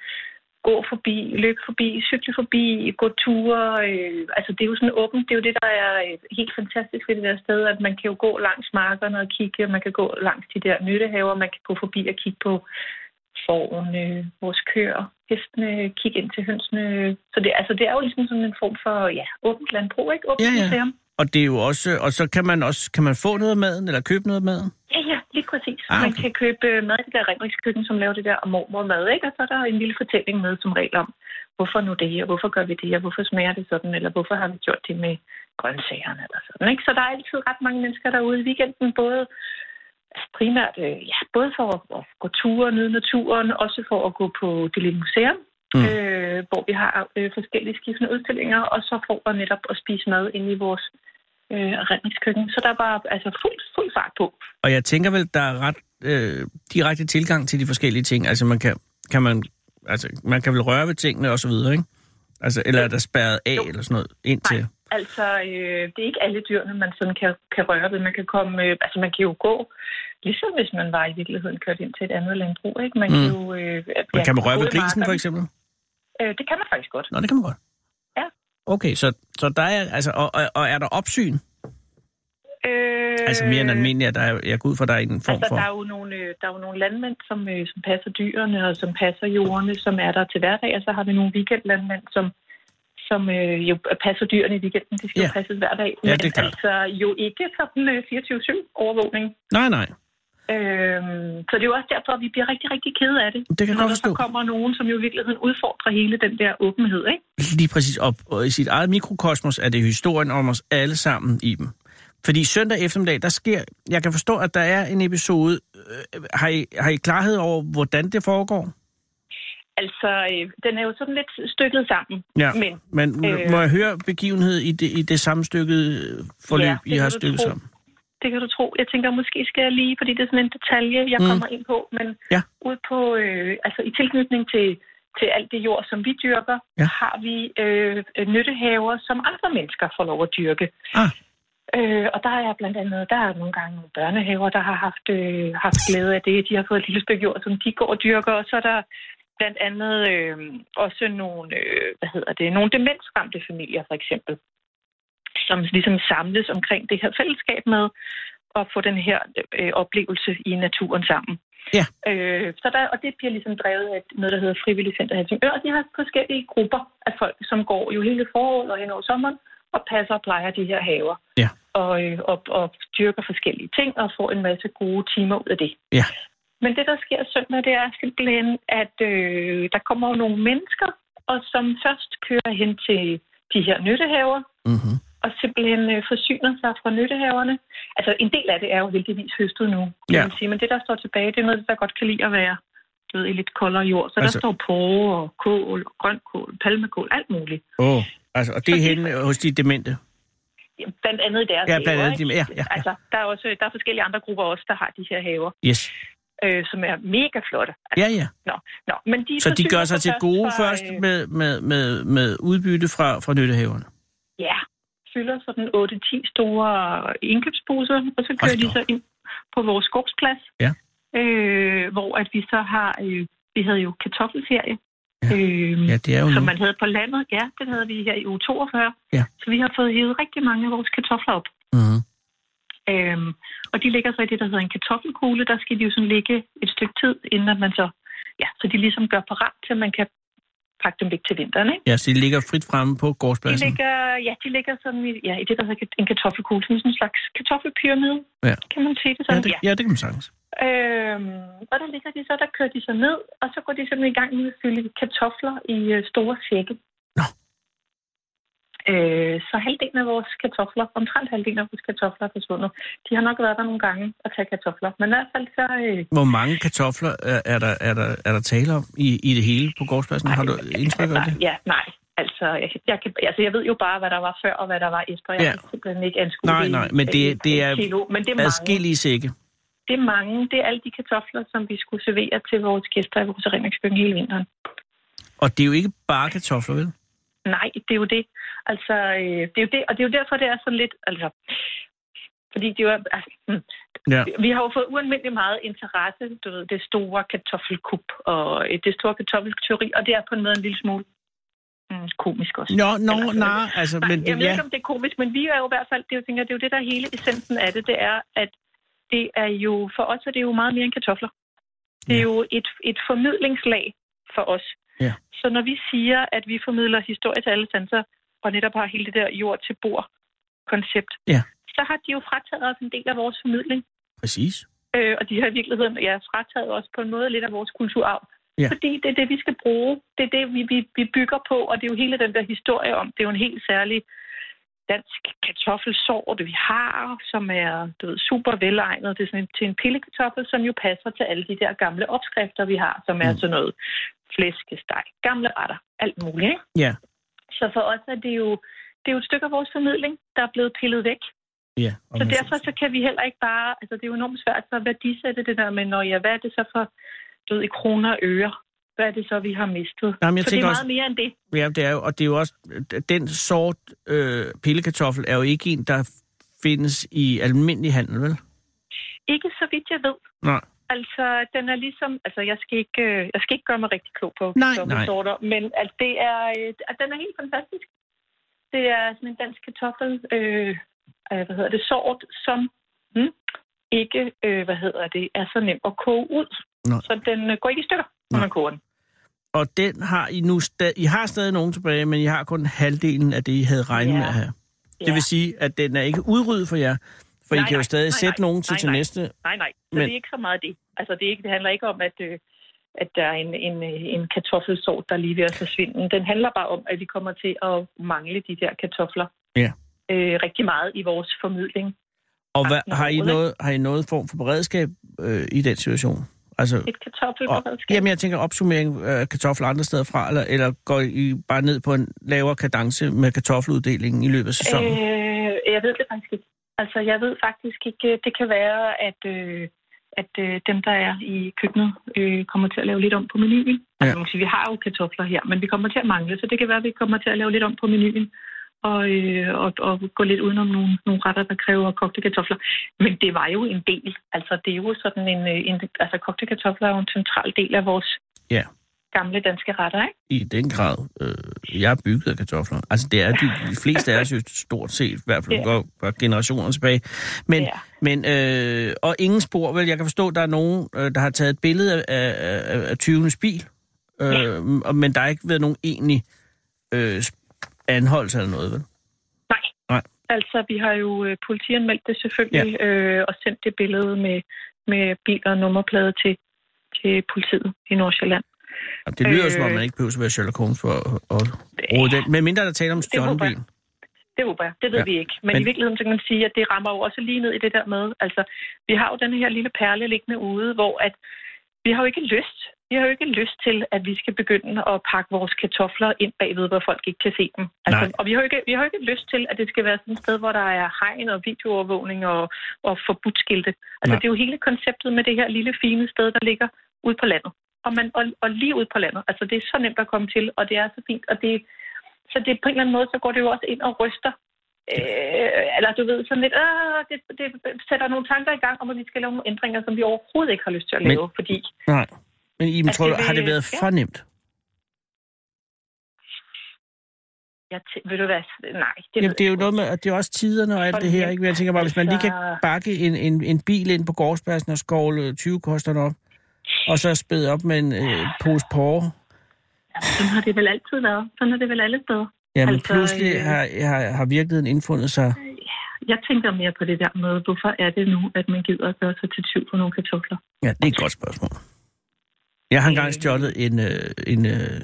Speaker 8: gå forbi, løbe forbi, cykle forbi, gå ture. Øh, altså, det er jo sådan åbent. Det er jo det, der er øh, helt fantastisk ved det der sted, at man kan jo gå langs markerne og kigge, og man kan gå langs de der nyttehaver, man kan gå forbi og kigge på forven, øh, vores køer, hestene, kigge ind til hønsene. Så det, altså, det er jo ligesom sådan en form for ja, åbent landbrug, ikke? Åbent
Speaker 5: Ja, ja.
Speaker 8: museum.
Speaker 5: Og det er jo også, og så kan man også, kan man få noget af maden, eller købe noget af maden?
Speaker 8: Ja, ja, lige præcis.
Speaker 5: Ah,
Speaker 8: Ah, okay. Man
Speaker 5: okay.
Speaker 8: kan købe øh, mad i det der rendringskøkken, som laver det der mormor mad, ikke? Og så er der en lille fortælling med som regel om, hvorfor nu det her, hvorfor gør vi det her, hvorfor smager det sådan, eller hvorfor har vi gjort det med grøntsagerne eller sådan, ikke? Så der er altid ret mange mennesker derude i weekenden, både altså primært, øh, ja, både for at, at gå ture og nyde naturen, også for at gå på det lille museum,
Speaker 5: Mm.
Speaker 8: mm. øh, hvor vi har øh, forskellige skiftende udstillinger, og så får vi netop at spise mad inde i vores øh, redningskøkken. Så der var altså fuld, fuld fart på.
Speaker 5: Og jeg tænker vel, der er ret øh, direkte tilgang til de forskellige ting. Altså man kan, kan man, altså, man kan vel røre ved tingene og så videre, ikke? Altså, eller er der spærret af jo.
Speaker 8: Jo.
Speaker 5: eller sådan noget ind til?
Speaker 8: Altså, øh, det er ikke alle dyrene, man sådan kan, kan røre ved. Man kan, komme, øh, altså, man kan jo gå, ligesom hvis man var i virkeligheden kørt ind til et andet landbrug. Ikke? Man
Speaker 5: Mm.
Speaker 8: kan jo... Øh,
Speaker 5: Man kan man røre
Speaker 8: gå
Speaker 5: ved
Speaker 8: i
Speaker 5: grisen for
Speaker 8: markerne.
Speaker 5: eksempel?
Speaker 8: Øh, det kan man faktisk godt.
Speaker 5: Nå, det kan man godt.
Speaker 8: Ja.
Speaker 5: Okay, så, så der er, altså, og, og, og er der opsyn?
Speaker 8: Øh,
Speaker 5: Altså mere end almindeligt, at der er, jeg går ud fra, der er en form
Speaker 8: Altså,
Speaker 5: for...
Speaker 8: der er jo nogle, øh, der er jo nogle landmænd, som, øh, som passer dyrene og som passer jordene, som er der til hverdag, og så har vi nogle weekendlandmænd, som, som øh, jo passer dyrene i weekenden. De skal
Speaker 5: Ja.
Speaker 8: jo passes hver dag.
Speaker 5: Ja,
Speaker 8: men
Speaker 5: det er klart.
Speaker 8: altså jo ikke sådan øh, 24-7 overvågning.
Speaker 5: Nej, nej.
Speaker 8: Øhm, så det er jo også derfor, at vi bliver rigtig, rigtig kede af det.
Speaker 5: Det kan jeg
Speaker 8: når
Speaker 5: godt
Speaker 8: der så
Speaker 5: forstå.
Speaker 8: kommer nogen, som jo i virkeligheden udfordrer hele den der åbenhed, ikke?
Speaker 5: Lige præcis op. Og i sit eget mikrokosmos er det historien om os alle sammen i dem. Fordi søndag eftermiddag, der sker... Jeg kan forstå, at der er en episode. Øh, har, I, har I klarhed over, hvordan det foregår?
Speaker 8: Altså, øh, den er jo sådan lidt stykket sammen.
Speaker 5: Ja,
Speaker 8: Men,
Speaker 5: men øh,
Speaker 8: øh,
Speaker 5: må jeg høre begivenhed i det, i det sammenstykkede øh, forløb,
Speaker 8: Ja,
Speaker 5: ja,
Speaker 8: det
Speaker 5: I
Speaker 8: kan
Speaker 5: har
Speaker 8: du
Speaker 5: stykket
Speaker 8: tro.
Speaker 5: sammen?
Speaker 8: Det kan du tro. Jeg tænker, måske skal jeg lige, fordi det er sådan en detalje, jeg
Speaker 5: Mm.
Speaker 8: mm. kommer ind på, men
Speaker 5: Ja.
Speaker 8: ude på, øh, altså i tilknytning til, til alt det jord, som vi dyrker,
Speaker 5: Ja.
Speaker 8: ja. har vi øh, øh, nyttehaver, som andre mennesker får lov at dyrke.
Speaker 5: Ah.
Speaker 8: Øh, og der er blandt andet, der er nogle gange nogle børnehaver, der har haft, øh, haft glæde af det. De har fået et lille stykke jord, som de går og dyrker, og så er der blandt andet øh, også nogle, øh, hvad hedder det, nogle demensramte familier for eksempel som ligesom samles omkring det her fællesskab med at få den her øh, oplevelse i naturen sammen.
Speaker 5: Ja.
Speaker 8: Øh, så der, og det bliver ligesom drevet af noget, der hedder Frivillig Center Helsingør. De har forskellige grupper af folk, som går jo hele foråret og hen over sommeren og passer og plejer de her haver.
Speaker 5: Ja.
Speaker 8: Og, øh, og, og dyrker forskellige ting og får en masse gode timer ud af det.
Speaker 5: Ja.
Speaker 8: Men det, der sker søndag, det er simpelthen, at øh, der kommer jo nogle mennesker, og som først kører hen til de her nyttehaver,
Speaker 5: Mm-hmm.
Speaker 8: og simpelthen øh, forsyner sig fra nyttehaverne. Altså, en del af det er jo heldigvis høstet nu, kan
Speaker 5: Ja.
Speaker 8: ja. man sige. Men det, der står tilbage, det er noget, af det, der godt kan lide at være du ved, i lidt koldere jord. Så altså...
Speaker 5: Altså-
Speaker 8: der står porre og kål, grønkål, palmekål, alt muligt.
Speaker 5: Oh, altså, og det er
Speaker 8: Fordi-
Speaker 5: henne hos de demente.
Speaker 8: Ja, Blandt andet i deres
Speaker 5: Ja,
Speaker 8: haver,
Speaker 5: blandt andet.
Speaker 8: ikke?
Speaker 5: de- Ja, ja, ja.
Speaker 8: Altså, der er også der er forskellige andre grupper også, der har de her haver,
Speaker 5: Yes.
Speaker 8: øh, som er mega flotte. Altså,
Speaker 5: Ja, ja.
Speaker 8: Nå, men de
Speaker 5: Så de gør
Speaker 8: forsyner
Speaker 5: sig til
Speaker 8: først
Speaker 5: gode
Speaker 8: fra,
Speaker 5: først
Speaker 8: øh,
Speaker 5: med, med, med, med udbytte fra, fra nyttehaverne.
Speaker 8: Ja, fylder sådan 8-10 store indkøbsposer, og så kører
Speaker 5: Hold da
Speaker 8: de så ind på vores skovsplads,
Speaker 5: Ja.
Speaker 8: øh, hvor at vi så har, øh, vi havde jo kartoffelferie,
Speaker 5: Ja.
Speaker 8: øh,
Speaker 5: Ja, det er jo nu.
Speaker 8: som man havde på landet. Ja, den havde vi her i uge 42.
Speaker 5: Ja.
Speaker 8: Så vi har fået hævet rigtig mange af vores kartofler op.
Speaker 5: Mm-hmm.
Speaker 8: Øhm, og de ligger så i det, der hedder en kartoffelkugle. Der skal de jo sådan ligge et stykke tid, inden at man så, ja, så de ligesom gør parat til, at man kan pakke dem væk til vinteren, ikke?
Speaker 5: Ja, så de ligger frit fremme på
Speaker 8: De
Speaker 5: gårdspladsen.
Speaker 8: ligger, ja, de ligger sådan i, ja, i det, der hedder en kartoffelkugle, som sådan en slags kartoffelpyramide,
Speaker 5: Ja.
Speaker 8: kan man sige det
Speaker 5: Ja,
Speaker 8: sådan.
Speaker 5: det, ja, det kan man sagtens.
Speaker 8: Øhm, og der ligger de så, der kører de så ned, og så går de simpelthen i gang med at fylde kartofler i øh, store sække.
Speaker 5: Nå.
Speaker 8: Øh, så halvdelen af vores kartofler, omtrent halvdelen af vores kartofler er forsvundet. De har nok været der nogle gange at tage kartofler, men i hvert fald så... Øh,
Speaker 5: Hvor mange kartofler er, er, der, er, der, er der tale om i, i det hele på gårdspladsen? Har du indtryk af
Speaker 8: nej,
Speaker 5: det?
Speaker 8: Ja, nej. Altså jeg, jeg, kan, altså, jeg ved jo bare, hvad der var før og hvad der var efter. Jeg
Speaker 5: Ja.
Speaker 8: ja. kan simpelthen ikke anskue
Speaker 5: Nej,
Speaker 8: det i-
Speaker 5: nej, men det- det
Speaker 8: i
Speaker 5: er
Speaker 8: kilo, men det er mange.
Speaker 5: Adskillige sække.
Speaker 8: Det er mange. Det er alle de kartofler, som vi skulle servere til vores gæster i vores rengøringskøkken hele vinteren.
Speaker 5: Og det er jo ikke bare kartofler, vel?
Speaker 8: Nej, det er jo det. Altså, øh, det er jo det, og det er jo derfor, det er sådan lidt... Altså, fordi det var, altså, hmm.
Speaker 5: Ja.
Speaker 8: vi har jo fået ualmindelig meget interesse, du ved, det store kartoffelkup og øh, det store kartoffelteori, og det er på en måde en lille smule mm, komisk også.
Speaker 5: Nå,
Speaker 8: Eller
Speaker 5: nå,
Speaker 8: sådan
Speaker 5: nej, altså,
Speaker 8: Nej,
Speaker 5: men
Speaker 8: jeg
Speaker 5: det,
Speaker 8: ved
Speaker 5: ja.
Speaker 8: ikke, om det er komisk, men vi er jo i hvert fald, det er jo, tænker, jeg, det er jo det, der er hele essensen af det, det er, at det er jo, for os er det jo meget mere end kartofler. Det er
Speaker 5: Ja.
Speaker 8: jo et, et formidlingslag for os.
Speaker 5: Ja.
Speaker 8: Så når vi siger, at vi formidler historie til alle sanser, og netop har hele det der jord til bord koncept,
Speaker 5: Ja.
Speaker 8: så har de jo frataget os en del af vores formidling.
Speaker 5: Præcis.
Speaker 8: Øh, og de har i virkeligheden ja, frataget os på en måde lidt af vores kulturarv.
Speaker 5: Ja.
Speaker 8: Fordi det er det, vi skal bruge. Det er det, vi, vi, vi bygger på, og det er jo hele den der historie om. Det er jo en helt særlig dansk kartoffelsort, vi har, som er du ved, super velegnet det er sådan en, til en pillekartoffel, som jo passer til alle de der gamle opskrifter, vi har, som er
Speaker 5: Mm.
Speaker 8: sådan noget flæskesteg, gamle retter, alt muligt. Ikke?
Speaker 5: Ja.
Speaker 8: Så for os er det jo, det er jo et stykke af vores formidling, der er blevet pillet væk.
Speaker 5: Ja, og
Speaker 8: Så
Speaker 5: man-
Speaker 8: derfor så kan vi heller ikke bare, altså det er jo enormt svært så at værdisætte det der med, når ja, hvad er det så for, du ved, i kroner og øre? Hvad er det så, vi har mistet?
Speaker 5: Jamen, jeg
Speaker 8: så det er
Speaker 5: tænker
Speaker 8: meget
Speaker 5: også-
Speaker 8: mere end det.
Speaker 5: Ja, det er jo, og det er jo også, den sort øh, pillekartoffel er jo ikke en, der findes i almindelig handel, vel?
Speaker 8: Ikke så vidt jeg ved.
Speaker 5: Nej.
Speaker 8: Altså, den er ligesom, altså jeg skal ikke, øh, jeg skal ikke gøre mig rigtig klog på
Speaker 5: nej.
Speaker 8: kartoffelsorter, men at det er, øh, at den er helt fantastisk. Det er sådan en dansk kartoffel, øh, øh, hvad hedder det, sort, som hm, ikke, øh, hvad hedder det, er så nem at koge ud.
Speaker 5: Nej.
Speaker 8: Så den øh, går ikke i stykker, når
Speaker 5: Nej.
Speaker 8: man koger den.
Speaker 5: Og den har I nu sta- I har stadig nogen tilbage, men I har kun halvdelen af det, I havde regnet
Speaker 8: Ja.
Speaker 5: med at have. Det
Speaker 8: Ja.
Speaker 5: vil sige, at den er ikke udryddet for jer, for
Speaker 8: Nej,
Speaker 5: I kan jo
Speaker 8: nej,
Speaker 5: stadig
Speaker 8: nej,
Speaker 5: sætte
Speaker 8: nej,
Speaker 5: nogen til
Speaker 8: nej,
Speaker 5: til
Speaker 8: nej.
Speaker 5: næste.
Speaker 8: Nej, nej. Så
Speaker 5: Men-
Speaker 8: Men... det er ikke så meget det. Altså, det, er ikke, det handler ikke om, at, øh, at der er en, en, øh, en kartoffelsort, der er lige ved at forsvinde. Den handler bare om, at vi kommer til at mangle de der kartofler
Speaker 5: Ja.
Speaker 8: øh, rigtig meget i vores formidling.
Speaker 5: Og hvad,
Speaker 8: Resten af
Speaker 5: har, I
Speaker 8: året, ikke?
Speaker 5: noget, har I noget form for beredskab øh, i den situation? Altså,
Speaker 8: Et
Speaker 5: og,
Speaker 8: kartoffelberedskab.
Speaker 5: jamen, jeg tænker opsummering af kartofler andre steder fra, eller, eller går I bare ned på en lavere kadence med kartoffeluddelingen i løbet af sæsonen?
Speaker 8: Øh, jeg ved det faktisk ikke. Altså, jeg ved faktisk ikke. øh, Det kan være, at, øh, at øh, dem, der er i køkkenet, øh, kommer til at lave lidt om på menuen. Ja. Altså, man kan sige, vi har jo kartofler her, men vi kommer til at mangle, så det kan være, at vi kommer til at lave lidt om på menuen. Og, øh, og, og gå lidt udenom nogle, nogle retter, der kræver kogte kartofler. Men det var jo en del. Altså, det er jo sådan en... øh, en altså, kogte kartofler er jo en central del af vores
Speaker 5: Ja.
Speaker 8: gamle danske retter, ikke?
Speaker 5: i den grad, øh, jeg er bygget af kartofler. Altså, det er de, de fleste af os jo stort set, i hvert fald
Speaker 8: Ja.
Speaker 5: går, går generationer tilbage. Men,
Speaker 8: Ja.
Speaker 5: men øh, og ingen spor, vel? Jeg kan forstå, at der er nogen, øh, der har taget et billede af, af, af, af tyvenes bil, øh,
Speaker 8: Ja.
Speaker 5: og- men der har ikke været nogen egentlig øh, sp- anholdelse eller noget, vel?
Speaker 8: Nej, Altså, vi har jo øh, politianmeldt det selvfølgelig, ja. øh, og sendt det billede med, med bil og nummerplade til, til politiet i Nordsjælland.
Speaker 5: Jamen, det lyder øh, som om,
Speaker 8: Øh.
Speaker 5: man ikke behøver at være Sherlock Holmes for at, at rode den. Men mindre der taler om
Speaker 8: håber jeg.
Speaker 5: stjålenbilen.
Speaker 8: Det håber jeg. Det ved
Speaker 5: Ja.
Speaker 8: ja. vi ikke. Men,
Speaker 5: Men-
Speaker 8: Men i virkeligheden så kan man sige, at det rammer jo også lige ned i det der med, altså, vi har jo den her lille perle liggende ude, hvor at vi har jo ikke lyst. Vi har jo ikke lyst til, at vi skal begynde at pakke vores kartofler ind bagved, hvor folk ikke kan se dem. Altså,
Speaker 5: Nej.
Speaker 8: og vi har, jo ikke, vi har jo ikke lyst til, at det skal være sådan et sted, hvor der er hegn og videoovervågning og, og forbudskilte. Altså,
Speaker 5: Nej.
Speaker 8: Nej. det er jo hele konceptet med det her lille fine sted, der ligger ude på landet. Og, man, og, og lige ude på landet. Altså, det er så nemt at komme til, og det er så fint. Og det, så det på en eller anden måde, så går det jo også ind og ryster. Øh, eller du ved, sådan lidt, øh, det, det sætter nogle tanker i gang om, at vi skal lave nogle ændringer, som vi overhovedet ikke har lyst til at
Speaker 5: Men-
Speaker 8: lave, Men... fordi
Speaker 5: Nej. Men Iben,
Speaker 8: Altså,
Speaker 5: tror du,
Speaker 8: det vil-
Speaker 5: har det været
Speaker 8: ja.
Speaker 5: for nemt?
Speaker 8: jeg tæ- ved du hvad, nej. Det,
Speaker 5: Jamen, det er jo noget med, at det er også tiderne og alt
Speaker 8: For
Speaker 5: det her,
Speaker 8: nemt.
Speaker 5: ikke? Men Jeg tænker bare, hvis man lige kan
Speaker 8: Altså-
Speaker 5: bakke en, en, en bil ind på gårdspladsen og skovle 20 kosterne op, og så spæde op med en øh, pose porre,
Speaker 8: Sådan har det vel altid været. Sådan har det vel alle steder.
Speaker 5: jamen altså,
Speaker 8: Altså,
Speaker 5: pludselig
Speaker 8: øh,
Speaker 5: har, har, har virkeligheden indfundet sig.
Speaker 8: Jeg tænker mere på det der med, hvorfor er det nu, at man gider at gøre sig til tvivl på nogle kartofler?
Speaker 5: Ja, det er et godt spørgsmål. Jeg har engang
Speaker 8: Øh.
Speaker 5: stjålet en, øh, en, øh,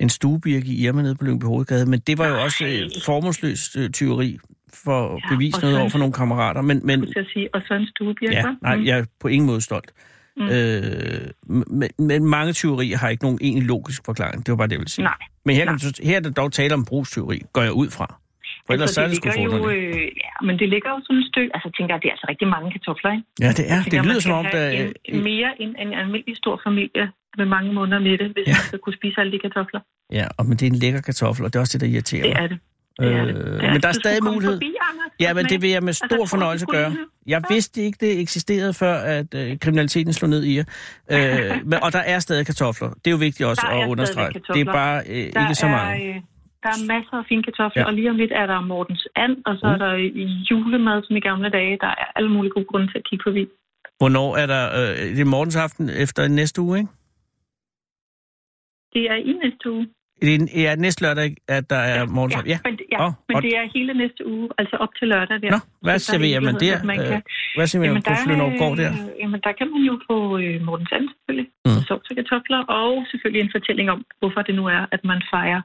Speaker 5: en stuebirke i Irma nede på Lyngby Hovedgade, men det var jo også øh, formålsløst øh, tyveri for at
Speaker 8: Ja,
Speaker 5: bevise
Speaker 8: og
Speaker 5: noget
Speaker 8: så-
Speaker 5: over for nogle kammerater. Men, men,
Speaker 8: Skal jeg sige, og så en stuebjerg,
Speaker 5: Ja, nej, jeg er på ingen måde stolt. Mm. Øh, men, men mange teorier har ikke nogen egentlig logisk forklaring. Det var bare det, jeg ville sige.
Speaker 8: Nej.
Speaker 5: Men her, kan du, her er der dog tale om brugsteori, går jeg ud fra. For ellers så er det sgu
Speaker 8: Altså, ligger jo,
Speaker 5: forunderligt.
Speaker 8: øh, ja, men det ligger jo sådan et stykke. Altså, jeg tænker, at det er altså rigtig mange kartofler, ikke?
Speaker 5: Ja, det er. Det lyder
Speaker 8: tænker,
Speaker 5: som
Speaker 8: man skal
Speaker 5: om, der...
Speaker 8: have en,
Speaker 5: øh,
Speaker 8: mere end en almindelig stor familie med mange måneder med det, hvis
Speaker 5: Ja.
Speaker 8: ja. man skal kunne spise alle de kartofler.
Speaker 5: Ja, og, men det er en lækker kartoffel, og det er også det, der irriterer
Speaker 8: Det
Speaker 5: mig.
Speaker 8: er det. Det er, det.
Speaker 5: Øh,
Speaker 8: det
Speaker 5: men der er
Speaker 8: Du skulle
Speaker 5: stadig
Speaker 8: komme
Speaker 5: mulighed.
Speaker 8: Forbi, Anders,
Speaker 5: Ja, men det vil jeg med
Speaker 8: Altså,
Speaker 5: stor
Speaker 8: jeg tror,
Speaker 5: fornøjelse
Speaker 8: du kunne
Speaker 5: gøre.
Speaker 8: lide det.
Speaker 5: Jeg vidste ikke, det eksisterede, før at øh, kriminaliteten slog ned i jer. Øh, men- og der er stadig kartofler. Det er jo vigtigt også
Speaker 8: Der er
Speaker 5: at
Speaker 8: stadig
Speaker 5: understrege. Det er
Speaker 8: kartofler.
Speaker 5: bare øh,
Speaker 8: Der
Speaker 5: ikke så meget.
Speaker 8: Er, øh, der er masser af fine
Speaker 5: Ja.
Speaker 8: kartofler,
Speaker 5: Mm.
Speaker 8: ja. og lige om lidt er der Mortens And, og så er der øh, julemad, som i gamle dage. Der er alle mulige gode grunde til at kigge forbi.
Speaker 5: Hvornår er der... Øh, det er morgensaften efter næste uge, ikke?
Speaker 8: Det er i næste uge.
Speaker 5: Det er en- ja, næste lørdag, ikke, at der er morgensang. Ja.
Speaker 8: Men, ja,
Speaker 5: Åh,
Speaker 8: oh, men
Speaker 5: og-
Speaker 8: det er hele næste uge, altså op til lørdag der.
Speaker 5: Nå, hvad
Speaker 8: Så der er
Speaker 5: serverer man
Speaker 8: mulighed,
Speaker 5: der?
Speaker 8: at Man
Speaker 5: Øh,
Speaker 8: kan,
Speaker 5: Hvad siger man på
Speaker 8: er,
Speaker 5: Flønårgård der?
Speaker 8: øh, Jamen, der kan man jo på øh, Mortens And selvfølgelig.
Speaker 5: Mm.
Speaker 8: Mm. Sovs og kartofler, og selvfølgelig en fortælling om, hvorfor det nu er, at man fejrer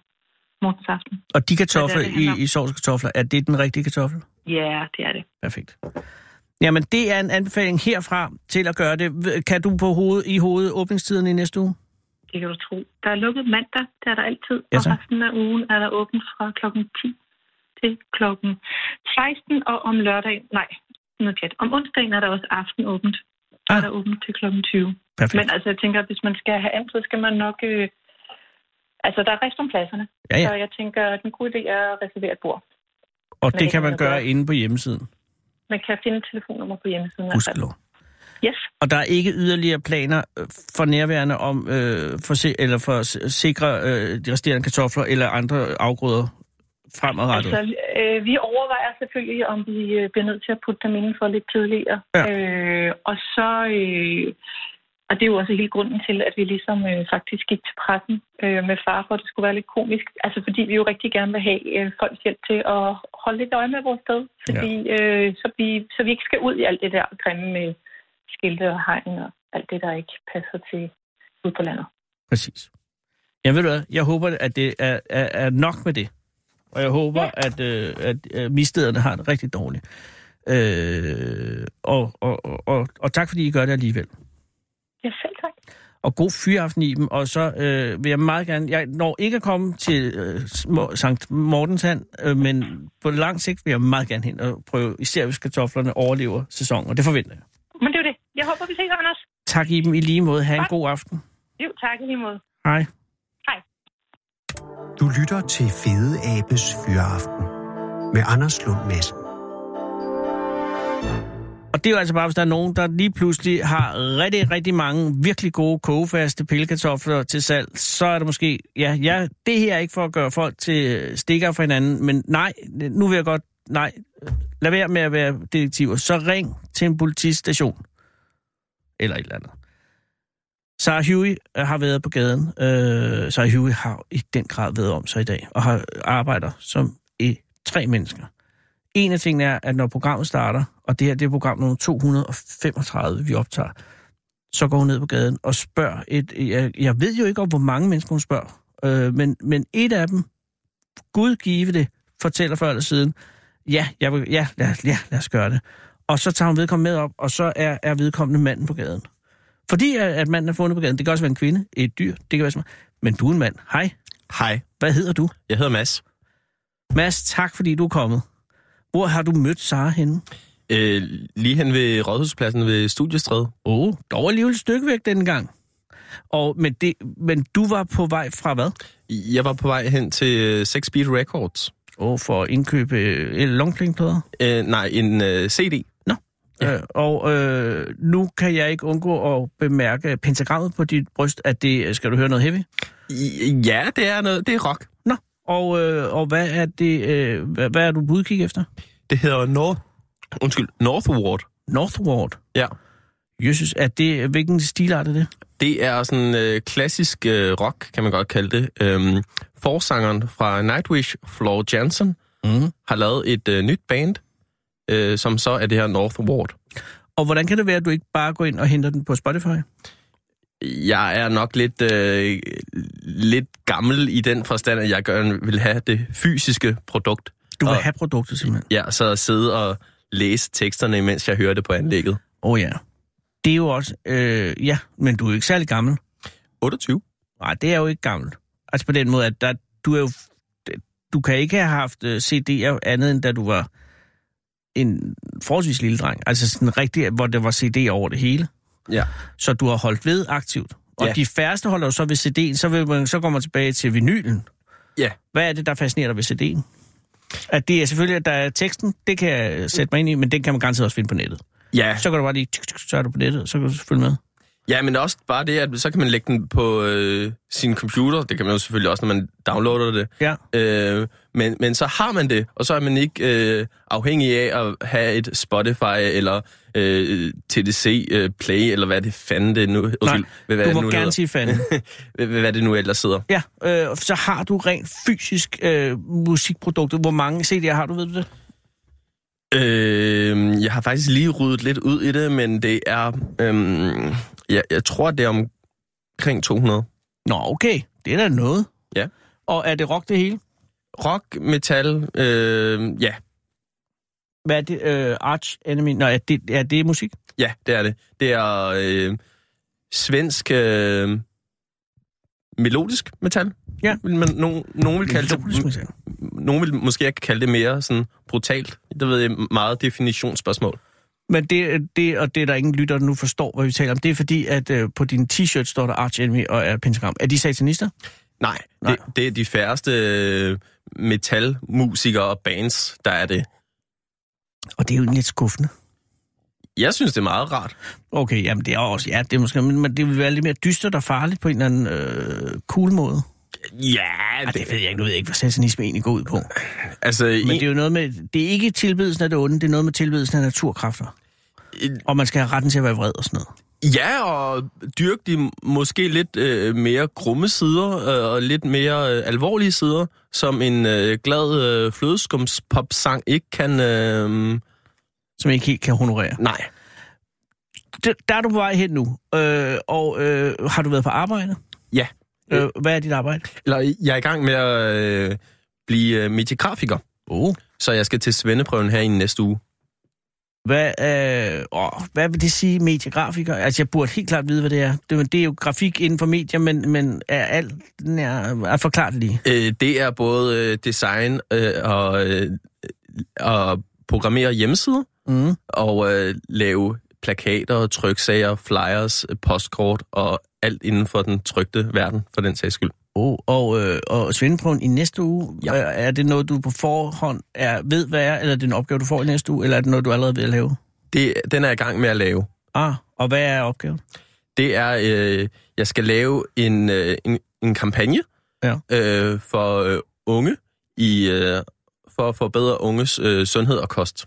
Speaker 8: Mortens aften.
Speaker 5: Og de kartofler
Speaker 8: det handler
Speaker 5: i, i sovskartofler, er det den rigtige kartoffel?
Speaker 8: Ja, det er det.
Speaker 5: Perfekt. Jamen, det er en anbefaling herfra til at gøre det. V- Kan du på hovedet, i hovedet åbningstiden i næste uge?
Speaker 8: Det kan du tro. Der er lukket mandag, det er der altid,
Speaker 5: Ja,
Speaker 8: ja,
Speaker 5: tak.
Speaker 8: og resten af ugen er der åbent fra klokken 10 til klokken 16, og om lørdag, nej, noget pjat. Om onsdagen er der også aftenåbent. Der
Speaker 5: Ah.
Speaker 8: er der åbent til klokken 20.
Speaker 5: Perfekt.
Speaker 8: Men altså, jeg tænker, at hvis man skal have andet, så skal man nok... Øh, altså, der er rest om pladserne.
Speaker 5: Ja, ja.
Speaker 8: Så jeg tænker, at en god idé er at reservere et bord.
Speaker 5: Og
Speaker 8: men
Speaker 5: det kan
Speaker 8: det kan
Speaker 5: man
Speaker 8: jeg
Speaker 5: gøre
Speaker 8: gøre.
Speaker 5: inde på hjemmesiden.
Speaker 8: Man kan finde et telefonnummer på hjemmesiden. altså.
Speaker 5: Gudskelov.
Speaker 8: Yes,
Speaker 5: Og der er ikke yderligere planer øh, for nærværende om øh, for se, eller for at s- sikre øh, de resterende kartofler eller andre afgrøder fremadrettet?
Speaker 8: altså, øh, vi overvejer selvfølgelig, om vi øh, bliver nødt til at putte dem inden for lidt tidligere.
Speaker 5: Ja.
Speaker 8: Øh, og så... Øh, og det er jo også hele grunden til, at vi ligesom øh, faktisk gik til pressen øh, med far, for at det skulle være lidt komisk. Altså fordi vi jo rigtig gerne vil have øh, folks hjælp til at holde lidt øje med vores sted, fordi, øh, så, vi, så vi ikke skal ud i alt det der grimme med skilte og hegn og alt det, der ikke passer til ude på landet.
Speaker 5: Præcis. Jeg ved du hvad, jeg håber, at det er, er, er nok med det. Og jeg håber, ja. at, øh, at øh, visstederne har det rigtig dårligt. Øh, og, og, og, og, og tak, fordi I gør det alligevel.
Speaker 8: Ja, selv tak.
Speaker 5: Og god fyraften i dem, og så øh, vil jeg meget gerne... Jeg når ikke at komme til øh, små- Sankt Mortenshand, øh, men på lang sigt vil jeg meget gerne hen og prøve, især hvis kartoflerne overlever sæsonen, og det forventer jeg.
Speaker 8: Men det er jo det. Jeg håber, vi ses, Anders.
Speaker 5: Tak i dem i lige måde. Ha' en
Speaker 8: Godt.
Speaker 5: god aften.
Speaker 8: Jo, tak i lige måde.
Speaker 5: Hej.
Speaker 3: Du lytter til Fede Abes Fyraften med Anders Lund Madsen.
Speaker 5: Og det er jo altså bare, hvis der er nogen, der lige pludselig har rigtig, rigtig mange virkelig gode kogefaste pillekartofler til salg, så er det måske, ja, ja, det her er ikke for at gøre folk til øh, stikker for hinanden, men nej, nu vil jeg godt, nej, lad være med at være detektiver. Så ring til en politistation. Eller et eller andet. Sarah Huey øh, har været på gaden. Øh, Sarah Huey har i den grad været om sig i dag, og har arbejder som i tre mennesker En af tingene er, at når programmet starter, og det her det er program nummer 235, vi optager, så går hun ned på gaden og spørger et... Jeg, jeg ved jo ikke om, hvor mange mennesker hun spørger, øh, men, men et af dem, Gud give det, fortæller før eller siden, ja, jeg vil, ja, lad, ja, lad os gøre det. Og så tager hun vedkommende med op, og så er, er vedkommende manden på gaden. Fordi at at manden er fundet på gaden, det kan også være en kvinde, et dyr, det kan være som, men du er en mand. Hej,
Speaker 9: Hej,
Speaker 5: hvad hedder du?
Speaker 9: jeg hedder Mads.
Speaker 5: Mads, tak fordi du er kommet. Hvor har du mødt Sara henne?
Speaker 9: Øh, lige hen ved Rådhuspladsen ved Studiestræde.
Speaker 5: Åh, oh, dog alligevel et stykke væk dengang. Og, men, det, men du var på vej fra hvad?
Speaker 9: Jeg var på vej hen til øh, Sex Beat Records.
Speaker 5: Åh, oh, for at indkøbe øh, longplingplader.
Speaker 9: Øh, nej, en øh, CD.
Speaker 5: Ja. Øh, og øh, nu kan jeg ikke undgå at bemærke pentagrammet på dit bryst, at det, øh, skal du høre noget heavy?
Speaker 9: I, ja, det er noget. Det er rock.
Speaker 5: Nå, og, øh, og hvad, er det, øh, hvad, hvad er du på udkig efter?
Speaker 9: Det hedder North... Undskyld, Northward.
Speaker 5: Northward.
Speaker 9: Ja.
Speaker 5: Jesus, er det, hvilken stilart er det?
Speaker 9: Det er sådan øh, klassisk øh, rock, kan man godt kalde det. Øhm, forsangeren fra Nightwish, Floor Jansen,
Speaker 5: Mm.
Speaker 9: har lavet et øh, nyt band, øh, som så er det her Northward.
Speaker 5: Og hvordan kan det være, at du ikke bare går ind og henter den på Spotify?
Speaker 9: Jeg er nok lidt, øh, lidt gammel i den forstand, at jeg gerne vil have det fysiske produkt.
Speaker 5: Du vil
Speaker 9: Og-
Speaker 5: have produktet simpelthen.
Speaker 9: Ja, så at sidde og læse teksterne, mens jeg hører det på anlægget.
Speaker 5: Åh oh, ja. Det er jo også... Øh, ja, men du er jo ikke særlig gammel.
Speaker 9: 28?
Speaker 5: Nej, det er jo ikke gammelt. Altså på den måde, at der, du er jo... Du kan ikke have haft øh, CD'er andet, end da du var en forholdsvis lille dreng. Altså sådan rigtig, hvor der var CD'er over det hele.
Speaker 9: Ja.
Speaker 5: Så du har holdt ved aktivt. Og
Speaker 9: Ja.
Speaker 5: ja. de færreste holder jo så ved CD'en, så, vil man, så går man tilbage til vinylen.
Speaker 9: Ja.
Speaker 5: Hvad er det, der fascinerer dig ved CD'en? At det er selvfølgelig, at der er teksten, det kan jeg sætte mig ind i, men den kan man garanteret også finde på nettet.
Speaker 9: Ja,
Speaker 5: Så kan du bare lige, tsk, tsk, så er du på nettet, og så kan du følge med.
Speaker 9: ja men også bare det, at så kan man lægge den på øh, sin computer. Det kan man jo selvfølgelig også, når man downloader det.
Speaker 5: Ja.
Speaker 9: Øh, men, men så har man det, og så er man ikke øh, afhængig af at have et Spotify eller øh, TDC øh, Play, eller hvad det fanden det nu...
Speaker 5: Nej,
Speaker 9: hvad,
Speaker 5: du
Speaker 9: det
Speaker 5: må
Speaker 9: nu
Speaker 5: gerne
Speaker 9: hedder.
Speaker 5: sige fanden.
Speaker 9: Hvad- hvad det nu ellers sidder.
Speaker 5: Ja, øh, så har du rent fysisk øh, musikprodukter. Hvor mange CD'er har du, ved du det?
Speaker 9: Øh, jeg har faktisk lige ryddet lidt ud i det, men det er... Øh, jeg, jeg tror, det er omkring 200.
Speaker 5: Nå, okay. Det er da noget.
Speaker 9: Ja.
Speaker 5: Og er det rock det hele?
Speaker 9: Rock, metal, øh, ja,
Speaker 5: Hvad er det? Øh, Arch Enemy? Nå, er det, er det musik?
Speaker 9: ja, det er det. Det er øh, svensk øh, melodisk metal.
Speaker 5: Ja.
Speaker 9: Vil man, nogen, nogen vil kalde det,
Speaker 5: musik.
Speaker 9: nogen vil måske ikke kalde det mere sådan brutalt. Det ved jeg meget definitionsspørgsmål.
Speaker 5: Men det, det, og det er der ingen lytter, der nu forstår, hvad vi taler om. Det er fordi, at øh, på din t-shirt står der Arch Enemy og er pentagram. Er de satanister?
Speaker 9: Nej,
Speaker 5: Nej.
Speaker 9: Nej. Det, det er de færreste øh, metalmusikere og bands, der er det.
Speaker 5: Og det er jo lidt skuffende.
Speaker 9: Jeg synes, det er meget rart.
Speaker 5: Okay, jamen det er også, ja, det er måske, men men det vil være lidt mere dystert og farligt på en eller anden øh, cool måde.
Speaker 9: Ja,
Speaker 5: Ej, det ved jeg ikke, nu ved jeg ikke, hvad satanisme egentlig går ud på.
Speaker 9: Altså,
Speaker 5: Men
Speaker 9: en,
Speaker 5: det er jo noget med, det er ikke tilbedelsen af det onde, det er noget med tilbedelsen af naturkræfter.
Speaker 9: en-
Speaker 5: Og man skal have retten til at være vred og sådan noget.
Speaker 9: ja, og dyrke de måske lidt øh, mere grumme sider øh, og lidt mere øh, alvorlige sider, som en øh, glad øh, flødeskumspopsang ikke kan... Øh,
Speaker 5: Som ikke helt kan honorere.
Speaker 9: nej.
Speaker 5: Der, der er du på vej hen nu, øh, og øh, har du været på arbejde?
Speaker 9: Ja.
Speaker 5: Øh, hvad er dit arbejde?
Speaker 9: Eller jeg er i gang med at øh, blive øh, mediegrafiker,
Speaker 5: Oh.
Speaker 9: så jeg skal til svendeprøven her i næste uge.
Speaker 5: Hvad, øh, åh, hvad vil det sige, mediegrafiker? Altså, jeg burde helt klart vide, hvad det er. Det, det er jo grafik inden for medier, men, men er alt den er, er forklaret lige.
Speaker 9: Øh, det er både øh, design øh, og, øh, og programmere hjemmesider,
Speaker 5: Mm.
Speaker 9: og øh, lave plakater, tryksager, flyers, postkort og alt inden for den trykte verden, for den sags skyld.
Speaker 5: Oh, og, øh, og svendeprøven i næste uge,
Speaker 9: Ja.
Speaker 5: ja. er det noget, du på forhånd er, ved, hvad er, eller er det en opgave, du får i næste uge, eller er det noget, du allerede ved at lave?
Speaker 9: Det, den er jeg i gang med at lave.
Speaker 5: Ah, og hvad er opgaven?
Speaker 9: Det er, øh, jeg skal lave en, øh, en, en kampagne
Speaker 5: Ja.
Speaker 9: øh, for øh, unge i øh, for at forbedre unges øh, sundhed og kost.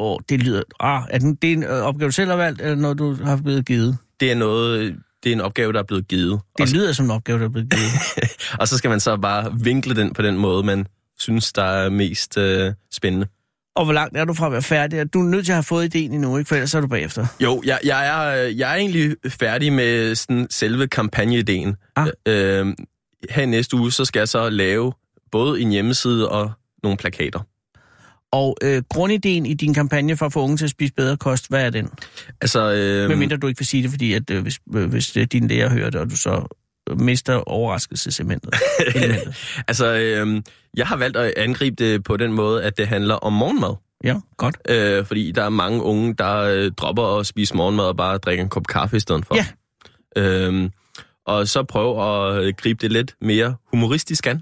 Speaker 5: Åh, oh, det lyder... Ah, er den, det er en øh, opgave, du selv har valgt, eller noget, du har blevet givet?
Speaker 9: Det er noget, øh, det er en opgave, der er blevet givet.
Speaker 5: Det
Speaker 9: Og,
Speaker 5: lyder som en opgave, der er blevet givet.
Speaker 9: og så skal man så bare vinkle den på den måde, man synes, der er mest øh, spændende.
Speaker 5: og hvor langt er du fra at være færdig? Og Du er nødt til at have fået ideen endnu, ikke? for ellers er du bagefter.
Speaker 9: Jo, jeg, jeg, er, øh, jeg er egentlig færdig med sådan selve kampagneideen.
Speaker 5: Ah.
Speaker 9: Øh, her i næste uge, så skal jeg så lave både en hjemmeside og nogle plakater.
Speaker 5: Og øh, grundideen i din kampagne for at få unge til at spise bedre kost, hvad er den?
Speaker 9: Altså, øh,
Speaker 5: Medmindre du ikke vil sige det, fordi at, øh, hvis, øh, hvis øh, din lærer hører det, og du så øh, mister overraskelseselementet. elementet.
Speaker 9: altså øh, jeg har valgt at angribe det på den måde, at det handler om morgenmad.
Speaker 5: Ja, godt.
Speaker 9: Øh, fordi der er mange unge, der øh, dropper at spise morgenmad og bare drikker en kop kaffe i stedet for.
Speaker 5: Ja.
Speaker 9: Øhm, og så prøve at øh, gribe det lidt mere humoristisk an.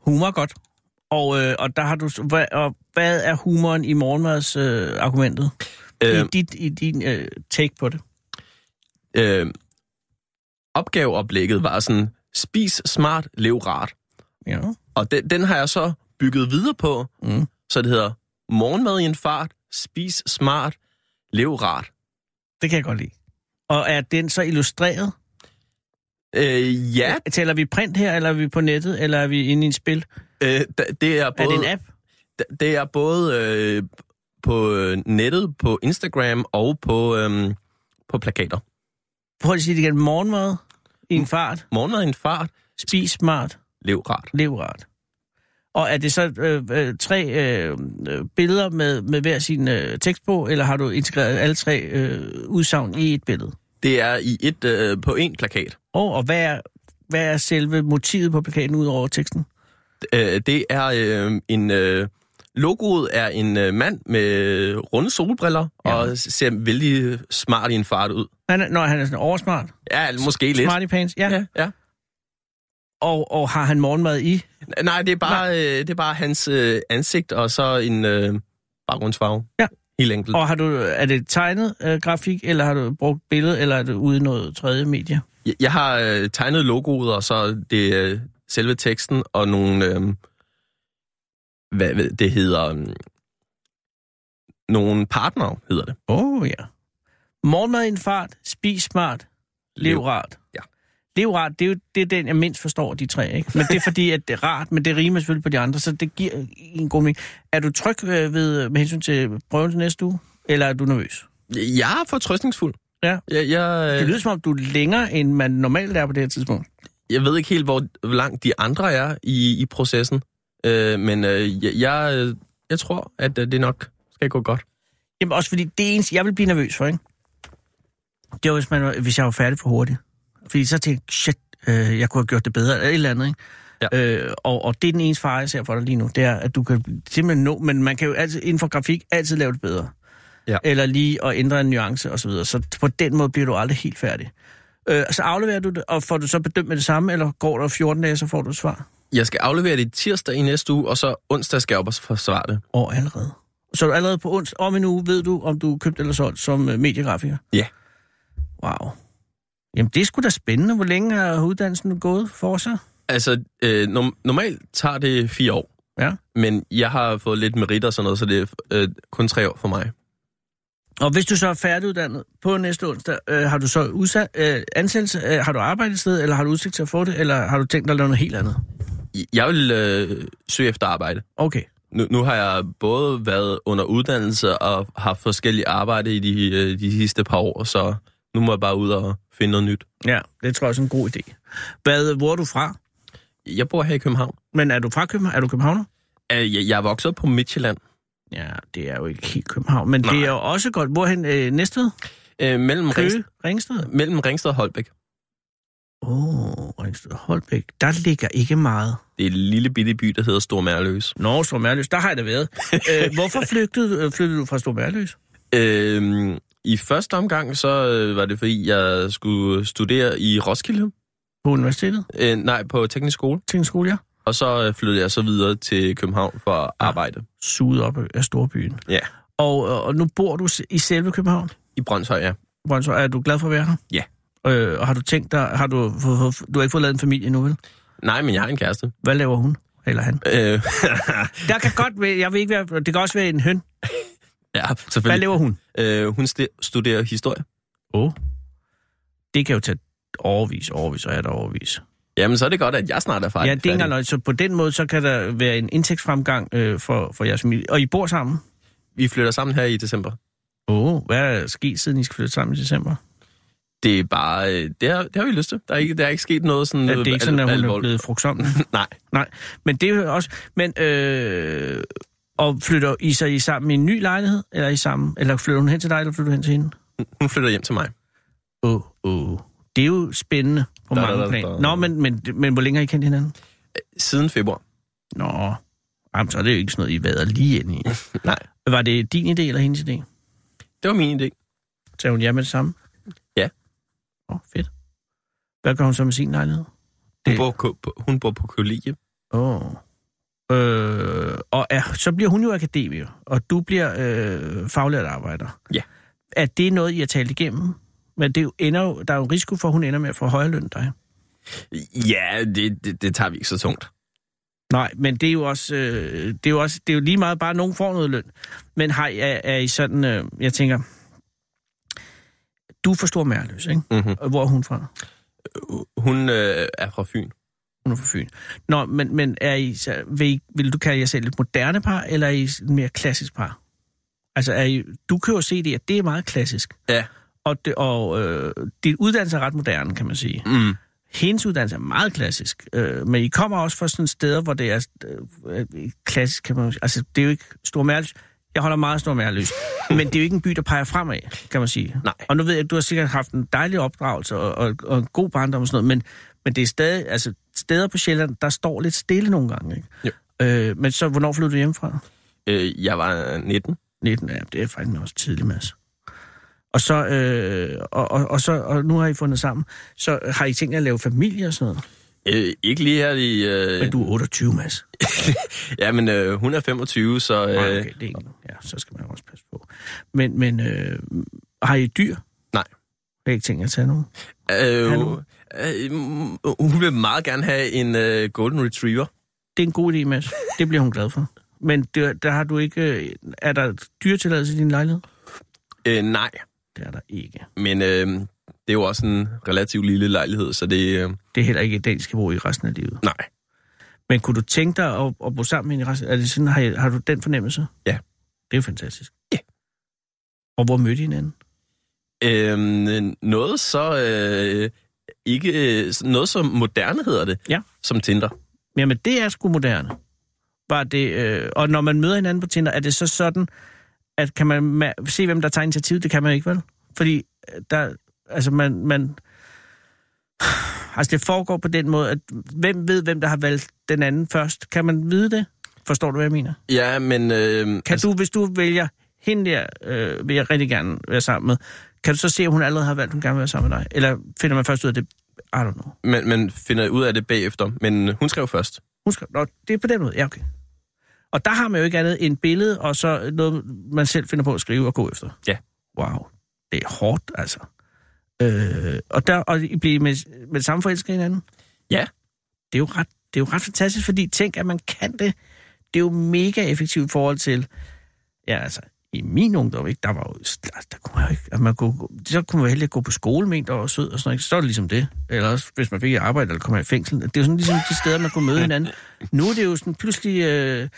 Speaker 5: Humor er godt. Og, øh, og der har du... Hvad, og hvad er humoren i morgenmadsargumentet? Øh, argumentet?
Speaker 9: Øh,
Speaker 5: I, dit, I din øh, take på det.
Speaker 9: øh, opgaveoplægget var sådan, spis smart, lev rart.
Speaker 5: Ja.
Speaker 9: Og den, den har jeg så bygget videre på,
Speaker 5: Mm.
Speaker 9: så det hedder morgenmad i en fart, spis smart, lev rart.
Speaker 5: Det kan jeg godt lide. Og er den så illustreret?
Speaker 9: Øh, ja,
Speaker 5: Taler vi print her, eller er vi på nettet, eller er vi inde i en spil?
Speaker 9: øh, da- det er
Speaker 5: Er
Speaker 9: både...
Speaker 5: det en app?
Speaker 9: D- Det er både øh, på øh, nettet, på Instagram og på, øh, på plakater.
Speaker 5: Prøv at sige det igen. Morgenmad i
Speaker 9: Mm.
Speaker 5: en fart.
Speaker 9: Morgenmad i en fart,
Speaker 5: Spis smart.
Speaker 9: lev rart.
Speaker 5: Lev rart. Og er det så øh, øh, tre øh, øh, billeder med, med hver sin øh, tekst på, eller har du integreret alle tre øh, udsagn i et billede?
Speaker 9: Det er i et øh, på en plakat.
Speaker 5: Og, og hvad, er, hvad er selve motivet på plakaten ud over teksten?
Speaker 9: Øh, det er øh, en... Øh, logoet er en øh, mand med runde solbriller ja. og ser vældig smart i en fart ud.
Speaker 5: Han er, når han er sådan oversmart.
Speaker 9: Ja, måske lidt.
Speaker 5: Smarty pants, ja. ja.
Speaker 9: Ja, ja.
Speaker 5: Og, og har han morgenmad i?
Speaker 9: Nej, det er bare, øh, det er bare hans øh, ansigt og så en øh, baggrundsfarve.
Speaker 5: Ja.
Speaker 9: Helt enkelt.
Speaker 5: Og har du, er det tegnet øh, grafik, eller har du brugt billede, eller er det ude i noget tredje medie?
Speaker 9: Jeg, jeg har øh, tegnet logoet, og så det øh, selve teksten, og nogle... Øh, hvad ved, det hedder... Øh, nogle partner hedder det.
Speaker 5: Åh, oh, ja. Morgenmad i en fart, spis smart, lev
Speaker 9: Lev.
Speaker 5: rart.
Speaker 9: Ja.
Speaker 5: Lev rart, det er jo det er den, jeg mindst forstår af de tre, ikke? Men det er fordi, at det er rart, men det rimer selvfølgelig på de andre, så det giver en god mening. Er du tryg øh, ved, med hensyn til prøven til næste uge, eller er du nervøs?
Speaker 9: Jeg er fortrøstningsfuld.
Speaker 5: Ja.
Speaker 9: Jeg, jeg,
Speaker 5: Det
Speaker 9: øh,
Speaker 5: lyder som om, du er længere, end man normalt er på det her tidspunkt.
Speaker 9: jeg ved ikke helt, hvor hvor langt de andre er i, i processen, øh, men øh, jeg, jeg, øh, jeg tror, at øh, det nok skal gå godt.
Speaker 5: Jamen også fordi, det eneste, jeg vil blive nervøs for, ikke? Det var, hvis, man, var- hvis jeg var færdig for hurtigt. Fordi så tænkte jeg, shit, øh, jeg kunne have gjort det bedre, eller et eller andet, ikke?
Speaker 9: Ja.
Speaker 5: Øh, og, og det er den eneste fare, jeg ser for dig lige nu, det er, at du kan simpelthen nå, men man kan jo altid, inden for grafik, altid lave det bedre.
Speaker 9: Ja.
Speaker 5: Eller lige at ændre en nuance osv. Så, videre. så på den måde bliver du aldrig helt færdig. Øh, så afleverer du det, og får du så bedømt med det samme, eller går der 14 dage, så får du et svar?
Speaker 9: Jeg skal aflevere det tirsdag i næste uge, og så onsdag skal jeg op og forsvare det.
Speaker 5: Og allerede. Så er du allerede på onsdag om en uge ved du, om du er købt eller solgt som øh, mediegrafiker?
Speaker 9: Ja.
Speaker 5: Wow. Jamen, det er sgu da spændende. Hvor længe har uddannelsen gået for sig?
Speaker 9: Altså, øh, norm- normalt tager det fire år.
Speaker 5: Ja.
Speaker 9: Men jeg har fået lidt merit og sådan noget, så det er øh, kun tre år for mig.
Speaker 5: Og hvis du så er færdiguddannet på næste onsdag, øh, har du så udsat, øh, ansættelse, øh, har du arbejdet et sted, eller har du udsigt til at få det, eller har du tænkt dig at lave noget helt andet?
Speaker 9: Jeg vil øh, søge efter arbejde.
Speaker 5: Okay.
Speaker 9: Nu, nu har jeg både været under uddannelse og haft forskellige arbejde i de, øh, de sidste par år, så nu må jeg bare ud og finde noget nyt.
Speaker 5: Ja, det tror jeg er sådan en god idé. Hvad, hvor er du fra?
Speaker 9: Jeg bor her i København.
Speaker 5: Men er du fra København? Er du københavner?
Speaker 9: Øh, Jeg jeg er vokset op på Midtjylland,
Speaker 5: Ja, det er jo ikke helt København, men Nej. det
Speaker 9: Nej.
Speaker 5: er jo også godt. Hvorhen? Øh, Næstved?
Speaker 9: øh, mellem,
Speaker 5: Køge?
Speaker 9: Ringsted,
Speaker 5: Ringsted?
Speaker 9: mellem Ringsted og Holbæk.
Speaker 5: Åh, oh, Ringsted Holbæk. Der ligger ikke meget.
Speaker 9: Det er en lille bitte by, der hedder Stor Mærløs.
Speaker 5: Nå, Stor Mærløs, der har jeg da været. Æ, hvorfor flygtede, øh, flyttede du fra Stor Mærløs?
Speaker 9: Øh, I første omgang, så øh, var det fordi, jeg skulle studere i Roskilde.
Speaker 5: På universitetet?
Speaker 9: Øh, nej, på teknisk skole.
Speaker 5: Til en skole, ja.
Speaker 9: Og så øh, flyttede jeg så videre til København for at arbejde
Speaker 5: Suget op af storbyen.
Speaker 9: Ja.
Speaker 5: Og, og- og nu bor du se- i selve København?
Speaker 9: i Brøndshøj, ja.
Speaker 5: Brøndshøj, er du glad for at være her?
Speaker 9: Ja.
Speaker 5: Øh, og har du tænkt dig, har du, fået- fået- du har ikke fået lavet en familie nu, vel?
Speaker 9: Nej, men jeg har en kæreste.
Speaker 5: Hvad laver hun? Eller han?
Speaker 9: Øh,
Speaker 5: Der kan godt være, jeg vil ikke være, det kan også være en høn.
Speaker 9: ja,
Speaker 5: Hvad
Speaker 9: selvfølgelig.
Speaker 5: laver hun?
Speaker 9: Øh, hun sti- studerer historie.
Speaker 5: Åh. Oh. Det kan jo tage overvis, overvis og er der overvis.
Speaker 9: Jamen, så er det godt, at jeg snart er færdig.
Speaker 5: Ja, det er ikke engang
Speaker 9: færdig.
Speaker 5: løgn. Så på den måde, så kan der være en indtægtsfremgang øh, for, for jeres familie. Og I bor sammen?
Speaker 9: vi flytter sammen her i december.
Speaker 5: Åh, oh, hvad er der sket, siden I skal flytte sammen i december?
Speaker 9: Det er bare, øh, det har, det har vi lyst til. Der er ikke, der er ikke sket noget sådan... øh,
Speaker 5: Ja, det er ikke sådan, at hun er
Speaker 9: alvorligt.
Speaker 5: blevet frugtsom.
Speaker 9: Nej,
Speaker 5: Nej, men det er jo også... Men, øh, og flytter I så I sammen i en ny lejlighed? Eller, er I sammen, eller flytter hun hen til dig, eller flytter du hen til hende?
Speaker 9: hun flytter hjem til mig.
Speaker 5: Åh, oh, åh. Oh. Det er jo spændende på
Speaker 9: Da,
Speaker 5: da,
Speaker 9: da, da,
Speaker 5: mange
Speaker 9: da.
Speaker 5: planer. Nå, men, men, men hvor længe har I kendt hinanden?
Speaker 9: Siden februar.
Speaker 5: Nå, jamen, så er det jo ikke sådan noget, I vader lige ind i.
Speaker 9: Nej,
Speaker 5: Var det din idé eller hendes idé?
Speaker 9: det var min idé.
Speaker 5: Tager hun jer med det samme?
Speaker 9: Ja.
Speaker 5: Åh, oh, fedt. Hvad gør hun så med sin lejlighed?
Speaker 9: Hun,
Speaker 5: Det-
Speaker 9: bor, ko- på- hun bor på kollegie.
Speaker 5: Åh. Oh. Øh, og er, så bliver hun jo akademiker, og du bliver øh, faglært arbejder.
Speaker 9: Ja.
Speaker 5: Er det noget, I har talt igennem? Men det er jo ender, jo- der er jo en risiko for, at hun ender med at få højere løn end dig.
Speaker 9: Ja, det, det, det tager vi ikke så tungt.
Speaker 5: Nej, men det er jo også, øh, det er jo også det er jo lige meget bare, at nogen får noget løn. Men har, I- er, er I sådan, øh, jeg tænker, du forstår mærløs, ikke?
Speaker 9: Mhm.
Speaker 5: Og Hvor er hun fra?
Speaker 9: Hun øh, er fra Fyn.
Speaker 5: Hun er fra Fyn. Nå, men, men er I, så, vil, I, vil du kalde jer selv et moderne par, eller er I et mere klassisk par? Altså, er I, du kan jo se det, at det er meget klassisk.
Speaker 9: Ja.
Speaker 5: Og, det, og øh, din uddannelse er ret moderne, kan man sige.
Speaker 9: Mm.
Speaker 5: Hendes uddannelse er meget klassisk. Øh, men I kommer også fra sådan steder, hvor det er øh, øh, klassisk, kan man Altså, det er jo ikke stor mærløs. Jeg holder meget stor mærløs. men det er jo ikke en by, der peger fremad, kan man sige.
Speaker 9: Nej.
Speaker 5: Og nu ved jeg, at du har sikkert haft en dejlig opdragelse og, og, og en god barndom og sådan noget, men, men det er stadig, altså steder på Sjælland, der står lidt stille nogle gange, ikke?
Speaker 9: Jo.
Speaker 5: Øh, men så, hvornår flyttede du hjemmefra?
Speaker 9: Øh, jeg var 19.
Speaker 5: 19, ja, det er fandme også tidligt, Mads. Og så, øh, og, og, og, så, og nu har I fundet sammen, så øh, har I tænkt jer at lave familie og sådan noget?
Speaker 9: Øh, ikke lige her i... Øh,
Speaker 5: Men du er 28, Mads.
Speaker 9: Ja, men øh, hun er 25, så... Øh,
Speaker 5: Nej, okay, det er ikke, ja, så skal man jo også passe på. Men, men øh, har I dyr?
Speaker 9: Nej.
Speaker 5: Har I ikke tænkt jer at tage nogen?
Speaker 9: Øh,
Speaker 5: Hallo?
Speaker 9: øh, mm, hun vil meget gerne have en øh, golden retriever.
Speaker 5: Det er en god idé, Mads. Det bliver hun glad for. Men det, der har du ikke... øh, Er der dyretilladelse i din lejlighed?
Speaker 9: Øh, nej,
Speaker 5: Det er der ikke.
Speaker 9: men øh, det er jo også en relativt lille lejlighed, så det... Øh,
Speaker 5: Det er heller ikke et dag, skal bo i resten af livet.
Speaker 9: nej.
Speaker 5: Men kunne du tænke dig at, at bo sammen med hende i resten? Er det sådan, har, I- har du den fornemmelse?
Speaker 9: Ja.
Speaker 5: Det er jo fantastisk.
Speaker 9: Ja.
Speaker 5: Og hvor mødte I hinanden?
Speaker 9: Øh, noget så... Øh, ikke øh, noget som moderne hedder det,
Speaker 5: Ja.
Speaker 9: som Tinder.
Speaker 5: Jamen, det er sgu moderne. Var det, øh, og når man møder hinanden på Tinder, er det så sådan, at kan man ma- se, hvem der tager initiativ? Det kan man ikke, vel? Fordi øh, der, altså man, man, altså det foregår på den måde, at hvem ved, hvem der har valgt den anden først? Kan man vide det? Forstår du, hvad jeg mener?
Speaker 9: Ja, men... Øh,
Speaker 5: Kan altså, du, hvis du vælger hende der, øh, vil jeg rigtig gerne være sammen med, kan du så se, at hun allerede har valgt, at hun gerne vil være sammen med dig? Eller finder man først ud af det? I don't know.
Speaker 9: man, man finder ud af det bagefter, men øh, hun skrev først.
Speaker 5: Hun skrev, Nå, det er på den måde. Ja, okay. Og der har man jo ikke andet end billede, og så noget, man selv finder på at skrive og gå efter.
Speaker 9: Ja.
Speaker 5: Wow. Det er hårdt, altså. Øh, og, der, og I bliver med, med det samme forelsket i hinanden?
Speaker 9: Ja.
Speaker 5: Det er, jo ret, det er jo ret fantastisk, fordi tænk, at man kan det. Det er jo mega effektivt i forhold til... Ja, altså, i min ungdom, ikke, der var jo... altså, Der kunne man jo ikke, at man kunne, så kunne man heller gå på skole med en, der var sød og sådan noget. ikke? Så var det ligesom det. Eller også, hvis man fik et arbejde eller kom i fængsel. Det er jo sådan ligesom de steder, man kunne møde hinanden. Nu er det jo sådan pludselig... Øh,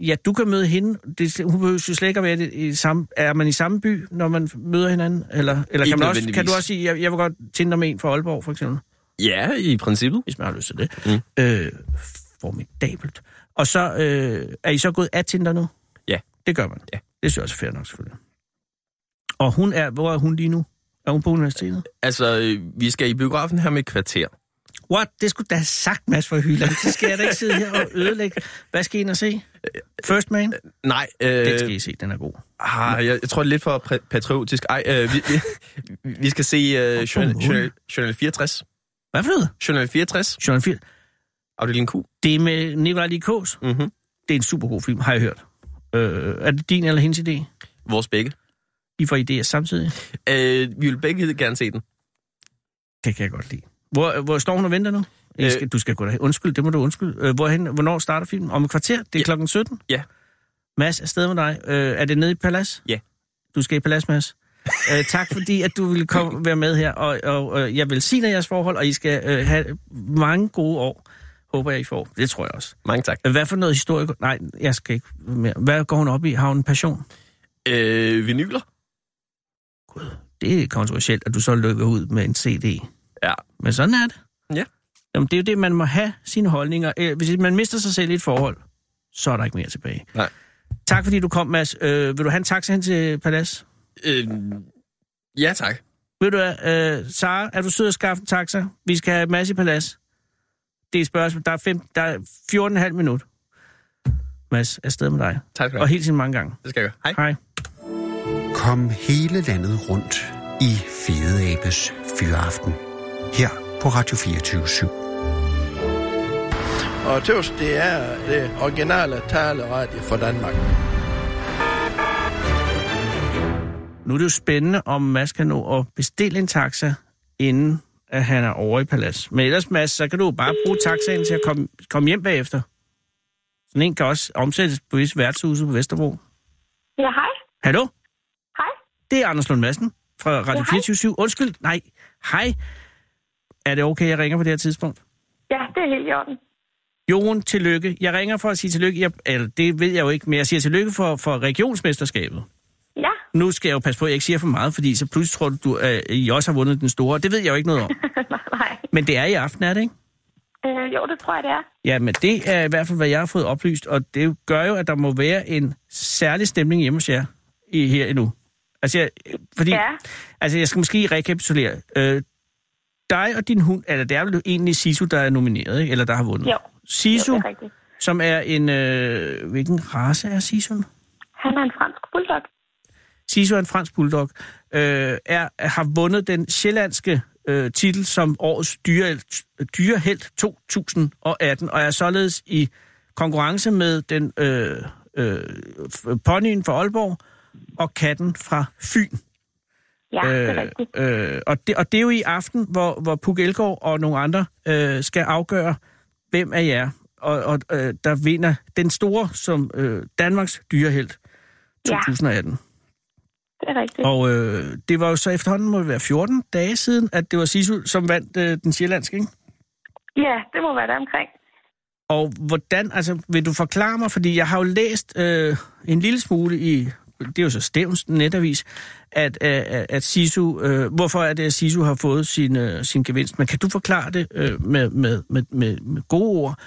Speaker 5: ja, du kan møde hende. Det, hun behøver jo slet ikke at være i det, i samme, er man i samme by, når man møder hinanden? Eller, eller
Speaker 9: Ikke
Speaker 5: kan, man også, kan
Speaker 9: nødvendigvis.
Speaker 5: du også sige, jeg, jeg vil godt tinde med en fra Aalborg, for eksempel?
Speaker 9: Ja, i princippet.
Speaker 5: hvis man har lyst til det. Mm. Øh, formidabelt. Og så øh, er I så gået af Tinder nu?
Speaker 9: Ja.
Speaker 5: Det gør man.
Speaker 9: Ja.
Speaker 5: Det synes jeg også er fair nok, selvfølgelig. Og hun er, hvor er hun lige nu? Er hun på universitetet?
Speaker 9: Altså, øh, vi skal i biografen her med et kvarter.
Speaker 5: What? Det skulle da have sagt, Mads for Hyland. Så skal jeg da ikke sidde her og ødelægge. Hvad skal I ind og se? First Man?
Speaker 9: Nej, øh,
Speaker 5: Den skal I se, den er god.
Speaker 9: Ah, jeg, jeg tror, det er lidt for præ- patriotisk. Ej, øh, vi, vi, vi skal se øh, journal, journal, journal 64.
Speaker 5: Hvad for noget?
Speaker 9: Journal 64,
Speaker 5: John Field.
Speaker 9: afdeling Q.
Speaker 5: Det er med Nicolai Likos.
Speaker 9: Mm-hmm.
Speaker 5: Det er en super god film, har jeg hørt. Øh, er det din eller hendes idé?
Speaker 9: Vores begge.
Speaker 5: I får idéer samtidig?
Speaker 9: Øh, vi vil begge gerne se den.
Speaker 5: Det kan jeg godt lide. Hvor, hvor står hun og venter nu?
Speaker 9: Øh.
Speaker 5: Øh. Skal, du skal gå derhen. Undskyld, det må du undskylde. Øh, hvorhen, hvornår starter filmen? Om et kvarter? Det er
Speaker 9: Ja.
Speaker 5: ja. klokken 17?
Speaker 9: Ja.
Speaker 5: Mads, afsted med dig. Øh, er det nede i Palas?
Speaker 9: Ja.
Speaker 5: Du skal i Palas, Mads. øh, tak fordi, at du ville komme, være med her, og, og øh, jeg velsigner jeres forhold, og I skal øh, have mange gode år, håber jeg, I får. Det tror jeg også. Øh,
Speaker 9: Mange tak.
Speaker 5: Hvad for noget historie... Nej, jeg skal ikke mere. Hvad går hun op i? Har hun en passion?
Speaker 9: Øh, vinyler?
Speaker 5: Det er kontroversielt, at du så lukker ud med en CD.
Speaker 9: Ja.
Speaker 5: Men sådan er det.
Speaker 9: Ja.
Speaker 5: Jamen, det er jo det, man må have sine holdninger. Øh, Hvis man mister sig selv i et forhold, så er der ikke mere tilbage.
Speaker 9: Nej.
Speaker 5: Tak fordi du kom, Mads. Øh, vil du have en taxa hen til Palas?
Speaker 9: Øh, ja, tak.
Speaker 5: Ved du hvad, øh, Sara, er du sød at skaffe en taxa? Vi skal have Mads i Palas. Det er et spørgsmål. Der er, fem, der er 14,5 minut. Mads, afsted med dig.
Speaker 9: Tak skal du
Speaker 5: Og
Speaker 9: have.
Speaker 5: helt sin mange gange.
Speaker 9: Det skal jeg gøre. Hej.
Speaker 5: Hej.
Speaker 3: Kom hele landet rundt i Fede Abes Fyraften. Her på Radio 24 7.
Speaker 10: Og tøvs, det er det originale taleradio for Danmark.
Speaker 5: Nu er det jo spændende, om Mads kan nå at bestille en taxa, inden at han er over i palads. Men ellers, Mads, så kan du jo bare bruge taxaen til at komme, komme hjem bagefter. Sådan en kan også omsættes på visse værtshuse på Vesterbro.
Speaker 8: Ja, hej.
Speaker 5: Hallo?
Speaker 8: Hej.
Speaker 5: Det er Anders Lund Madsen fra Radio
Speaker 8: hej.
Speaker 5: 24 Undskyld, nej. Hej. Er det okay, jeg ringer på det her tidspunkt?
Speaker 8: Ja, det er helt i orden.
Speaker 5: Jon, tillykke. Jeg ringer for at sige tillykke. Jeg, eller, det ved jeg jo ikke, men jeg siger tillykke for, for regionsmesterskabet.
Speaker 8: Ja,
Speaker 5: Nu skal jeg jo passe på, at jeg ikke siger for meget, fordi så pludselig tror du, du øh, I også har vundet den store. Det ved jeg jo ikke noget om.
Speaker 8: nej.
Speaker 5: Men det er i aften, er det ikke?
Speaker 8: Øh, jo, det tror jeg, det er.
Speaker 5: Ja, men det er i hvert fald, hvad jeg har fået oplyst, og det gør jo, at der må være en særlig stemning hjemme hos jer i, her endnu. Altså, jeg, fordi,
Speaker 8: Ja.
Speaker 5: altså, jeg skal måske rekapitulere. Øh, dig og din hund, eller det er vel egentlig Sisu, der er nomineret, ikke? eller der har vundet?
Speaker 8: Jo.
Speaker 5: Sisu,
Speaker 8: Jo, det er rigtigt.
Speaker 5: som er en... Øh, hvilken race er Sisu?
Speaker 8: Han er en fransk bulldog.
Speaker 5: Sisu er en fransk bulldog, øh, er, har vundet den sjællandske øh, titel som årets dyrehelt, dyrehelt 2018, og er således i konkurrence med den øh, øh, f- ponyen fra Aalborg og katten fra Fyn.
Speaker 8: Ja, Ah, det er
Speaker 5: Øh,
Speaker 8: rigtigt.
Speaker 5: øh, og, det, og det er jo i aften, hvor, hvor Puk Elgård og nogle andre øh, skal afgøre, hvem af jer, og, og øh, der vinder den store som øh, Danmarks dyrehelt
Speaker 8: Ja.
Speaker 5: 2018.
Speaker 8: Det er rigtigt.
Speaker 5: Og øh, det var jo så efterhånden, må det være 14 dage siden, at det var Sisu, som vandt øh, den sjællandske, ikke?
Speaker 8: Ja, det må være der omkring.
Speaker 5: Og hvordan, altså vil du forklare mig, fordi jeg har jo læst øh, en lille smule i, det er jo så Stævns netavis, at, øh, at at Sisu, øh, hvorfor er det, at Sisu har fået sin, øh, sin gevinst? Men kan du forklare det øh, med, med, med, med, med gode ord,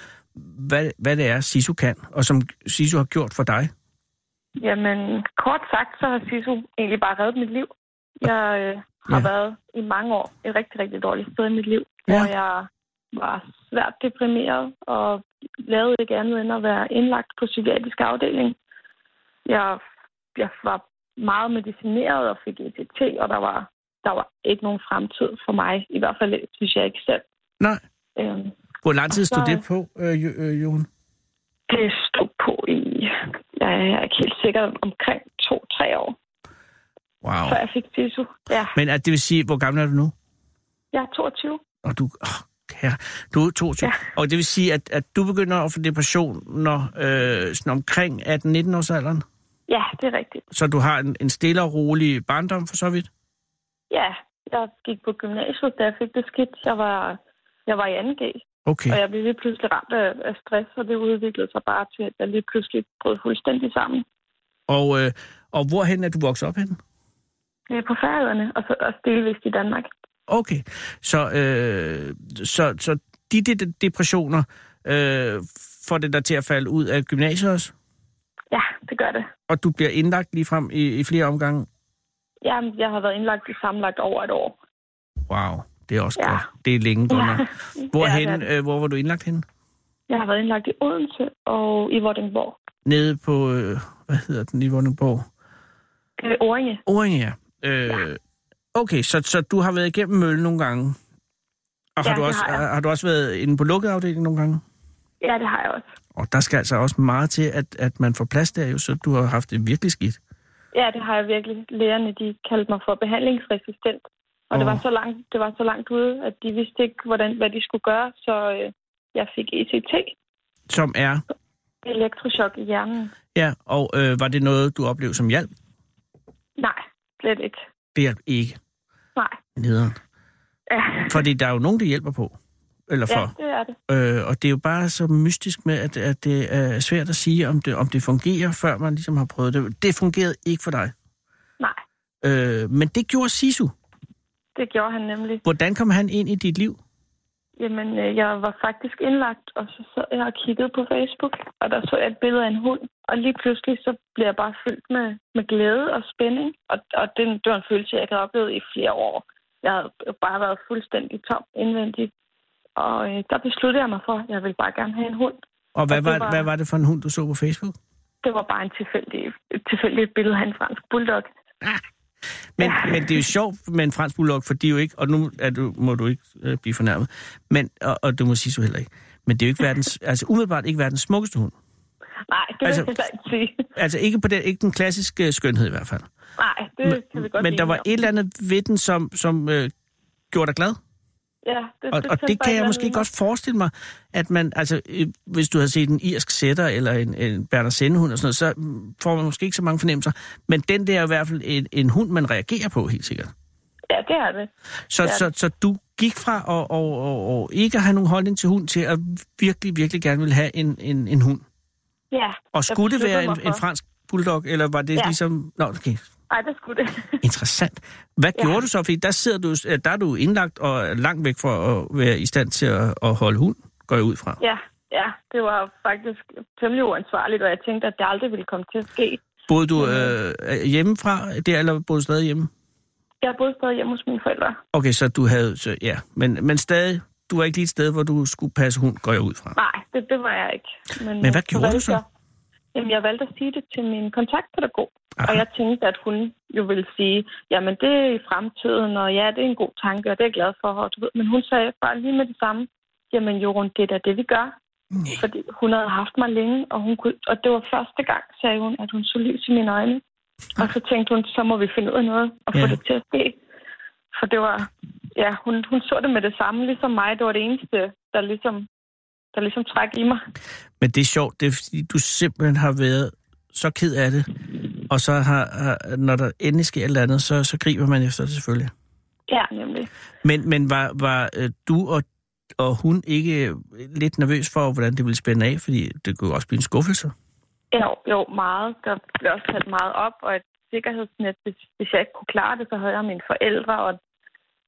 Speaker 5: hvad, hvad det er, Sisu kan, og som Sisu har gjort for dig?
Speaker 8: Jamen, kort sagt, så har Sisu egentlig bare reddet mit liv. Jeg øh, har
Speaker 5: Ja.
Speaker 8: ja. været i mange år et rigtig, rigtig dårligt sted i mit liv,
Speaker 5: Ja.
Speaker 8: ja. hvor jeg var svært deprimeret og lavede ikke andet end at være indlagt på psykiatrisk afdeling. Jeg, jeg var meget medicineret og fik ECT, og der var, der var ikke nogen fremtid for mig. I hvert fald synes jeg ikke selv.
Speaker 5: Nej.
Speaker 8: Øhm,
Speaker 5: Hvor lang tid stod
Speaker 8: Nej.
Speaker 5: det på, øh, Jo- øh, Jon?
Speaker 8: det stod på i, jeg er ikke helt sikker, omkring to-tre år,
Speaker 5: Wow.
Speaker 8: før jeg fik Sisu. Ja.
Speaker 5: Men at det vil sige, hvor gammel er du nu?
Speaker 8: Jeg er 22.
Speaker 5: og du, oh, kære, du er 22. Ja.
Speaker 8: Ja.
Speaker 5: Og det vil sige, at, at du begynder at få depression når, øh, sådan omkring 18-19 års alderen.
Speaker 8: Ja, det er rigtigt.
Speaker 5: Så du har en, en stille og rolig barndom for så vidt.
Speaker 8: Ja, jeg gik på gymnasiet, da jeg fik det skidt. Jeg var, jeg var i 2G,
Speaker 5: Okay.
Speaker 8: og jeg blev lige pludselig ramt af, af stress, og det udviklede sig bare til, at jeg lige pludselig brød fuldstændig sammen
Speaker 5: Og, øh, og hvorhen er du vokset op hen?
Speaker 8: øh, på færøerne, og så også delvist i Danmark.
Speaker 5: Okay. Så, øh, så, så de, de, de depressioner øh, får det dig til at falde ud af gymnasiet også?
Speaker 8: Ja, det gør det.
Speaker 5: Og du bliver indlagt ligefrem i, i flere omgange?
Speaker 8: Jeg, jeg har været indlagt i samlet over et år.
Speaker 5: Wow, det er også
Speaker 8: Ja.
Speaker 5: godt. Det er længe godt nok.
Speaker 8: Ja, det er
Speaker 5: Hvorhen,
Speaker 8: det.
Speaker 5: øh, hvor var du indlagt henne?
Speaker 8: Jeg har været indlagt i Odense og i Vordingborg.
Speaker 5: nede på, øh, hvad hedder den i Vordingborg?
Speaker 8: Øh, Oringe.
Speaker 5: Oringe, ja. Øh, okay, så, så du har været igennem møllen nogle gange. Og har,
Speaker 8: Ja,
Speaker 5: du
Speaker 8: det
Speaker 5: også,
Speaker 8: har jeg.
Speaker 5: har du også været inde på lukket afdeling nogle gange?
Speaker 8: Ja, det har jeg også.
Speaker 5: Og der skal altså også meget til, at, at man får plads der jo, så du har haft det virkelig skidt.
Speaker 8: Ja, det har jeg virkelig. Lægerne, de kaldte mig for behandlingsresistent. Og oh. det,
Speaker 5: Åh.
Speaker 8: var så langt, det var så langt ude, at de vidste ikke, hvordan, hvad de skulle gøre, så øh, jeg fik ECT,
Speaker 5: Som er,
Speaker 8: elektrochok i hjernen.
Speaker 5: ja, og øh, var det noget, du oplevede som hjælp?
Speaker 8: Nej, slet ikke.
Speaker 5: Det hjalp ikke
Speaker 8: Nej.
Speaker 5: nederen.
Speaker 8: Ja,
Speaker 5: Fordi der er jo nogen, det hjælper på. Eller
Speaker 8: Ja,
Speaker 5: for.
Speaker 8: det er det.
Speaker 5: Øh, og det er jo bare så mystisk med, at, at det er svært at sige, om det, om det fungerer, før man ligesom har prøvet det. Det fungerede ikke for dig.
Speaker 8: Nej,
Speaker 5: Øh, men det gjorde Sisu.
Speaker 8: det gjorde han nemlig.
Speaker 5: Hvordan kom han ind i dit liv?
Speaker 8: Jamen, øh, jeg var faktisk indlagt, og så sad jeg og kiggede på Facebook, og der så jeg et billede af en hund. Og lige pludselig, så blev jeg bare fyldt med, med glæde og spænding. Og, og det, det var en følelse, jeg ikke havde oplevet i flere år. Jeg havde bare været fuldstændig tom indvendigt. Og øh, der besluttede jeg mig for, at jeg ville bare gerne have en hund.
Speaker 5: Og hvad
Speaker 8: Og det
Speaker 5: var,
Speaker 8: var-
Speaker 5: hvad var det for en hund, du så på Facebook?
Speaker 8: Det var bare en tilfældig, et tilfældigt billede af en fransk bulldog.
Speaker 5: Men, men det er jo sjovt med en fransk bulldog, for de er jo ikke, og nu er du, må du ikke øh, blive fornærmet, men, og, og det må sige så heller ikke, men det er jo ikke verdens, altså umiddelbart ikke verdens smukkeste hund.
Speaker 8: Nej, det
Speaker 5: Altså-
Speaker 8: altså, vil jeg heller ikke sige.
Speaker 5: Altså ikke, på den, ikke den klassiske skønhed i hvert fald.
Speaker 8: Nej, det kan vi godt
Speaker 5: men
Speaker 8: lide
Speaker 5: der var
Speaker 8: om.
Speaker 5: et eller andet ved den, som, som øh, gjorde dig glad.
Speaker 8: Ja, det,
Speaker 5: Og, og
Speaker 8: tændte
Speaker 5: det
Speaker 8: bare
Speaker 5: kan
Speaker 8: et
Speaker 5: jeg
Speaker 8: eller
Speaker 5: måske
Speaker 8: andet.
Speaker 5: godt forestille mig, at man, altså øh, hvis du havde set en irsk sætter eller en, en Berner Sennehund og sådan noget, så mm, får man måske ikke så mange fornemmelser. Men den der er i hvert fald en, en hund, man reagerer på helt sikkert.
Speaker 8: Ja, det er det.
Speaker 5: Så,
Speaker 8: Ja.
Speaker 5: så, så du gik fra at og, og, og ikke at have nogen holdning til hund, til at virkelig, virkelig gerne ville have en, en, en hund.
Speaker 8: Ja.
Speaker 5: Og skulle det være en, en
Speaker 8: fransk?
Speaker 5: fransk bulldog, eller var det ja.
Speaker 8: Ja.
Speaker 5: ligesom... Nå, okay.
Speaker 8: Nej, det skulle det.
Speaker 5: Interessant. Hvad ja.
Speaker 8: Ja.
Speaker 5: gjorde du så? Fordi der, sidder du, øh, der er du indlagt og er langt væk fra at være i stand til at, at holde hund, går jeg ud fra.
Speaker 8: ja, ja, det var faktisk temmelig uansvarligt, og jeg tænkte, at det aldrig ville komme til at ske.
Speaker 5: Boede du øh, hjemmefra der, eller boede du stadig hjemme?
Speaker 8: Jeg boede stadig hjemme hos mine forældre.
Speaker 5: Okay, så du havde... Så, ja, men, men stadig, du var ikke lige et sted, hvor du skulle passe hund, går jeg ud fra.
Speaker 8: Nej, det, det var jeg ikke.
Speaker 5: Men hvad
Speaker 8: øh,
Speaker 5: gjorde du
Speaker 8: valgte
Speaker 5: så?
Speaker 8: Jeg, jamen, jeg valgte at sige det til min kontaktpædagog,
Speaker 5: Aha.
Speaker 8: og jeg tænkte, at hun jo ville sige, jamen, det er i fremtiden, og ja, det er en god tanke, og det er jeg glad for. Og du ved, men hun sagde bare lige med det samme, jamen, Jorun, det er da det, vi gør.
Speaker 5: Nej.
Speaker 8: Fordi hun havde haft mig længe, og, hun kunne, og det var første gang, sagde hun, at hun så lys i mine øjne. Og så tænkte hun, så må vi finde ud af noget og få
Speaker 5: Ja.
Speaker 8: det til at ske. For det var, ja, hun, hun så det med det samme, ligesom mig. Det var det eneste, der ligesom, der ligesom træk i mig.
Speaker 5: Men det er sjovt, det er fordi, du simpelthen har været så ked af det, og så har, har når der endelig sker et eller andet, så, så griber man efter det selvfølgelig.
Speaker 8: Ja, nemlig.
Speaker 5: Men, men var, var øh, du og, og hun ikke øh, lidt nervøs for, hvordan det ville spænde af? Fordi det kunne jo også blive en skuffelse.
Speaker 8: Jo, jo, meget. Der blev også talt meget op, og et sikkerhedsnet, hvis, hvis jeg ikke kunne klare det, så havde jeg mine forældre, og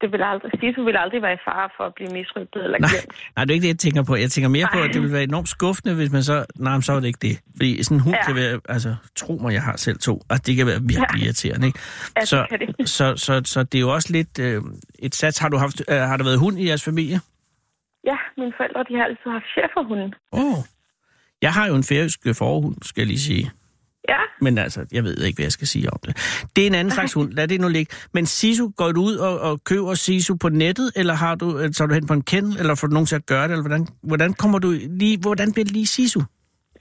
Speaker 8: det ville aldrig, Sisu ville aldrig være i fare for at blive misrygtet eller
Speaker 5: Nej.
Speaker 8: glemt.
Speaker 5: Nej, det er ikke det, jeg tænker på. Jeg tænker mere på,
Speaker 8: Nej.
Speaker 5: at det ville være enormt skuffende, hvis man så... Nej, men så var det ikke det. Fordi sådan en hund
Speaker 8: Ja.
Speaker 5: kan være... Altså, tro mig, jeg har selv to. Og det kan være virkelig irriterende, ikke?
Speaker 8: Ja,
Speaker 5: Så-
Speaker 8: det kan det.
Speaker 5: Så, så, så det er jo også lidt øh, et sats. Har, du haft, øh, har der været hund i jeres familie?
Speaker 8: Ja, mine forældre, de har altid haft schæferhunden.
Speaker 5: Åh. Oh. Jeg har jo en færøsk forhund, skal jeg lige sige.
Speaker 8: Ja,
Speaker 5: Men altså, jeg ved ikke, hvad jeg skal sige om det. Det er en anden slags hund, lad det nu ligge. Men Sisu, går du ud og, og køber Sisu på nettet, eller har du, øh, tager du hen på en kennel, eller får du nogen til at gøre det, eller hvordan, hvordan kommer du lige, hvordan bliver det lige Sisu?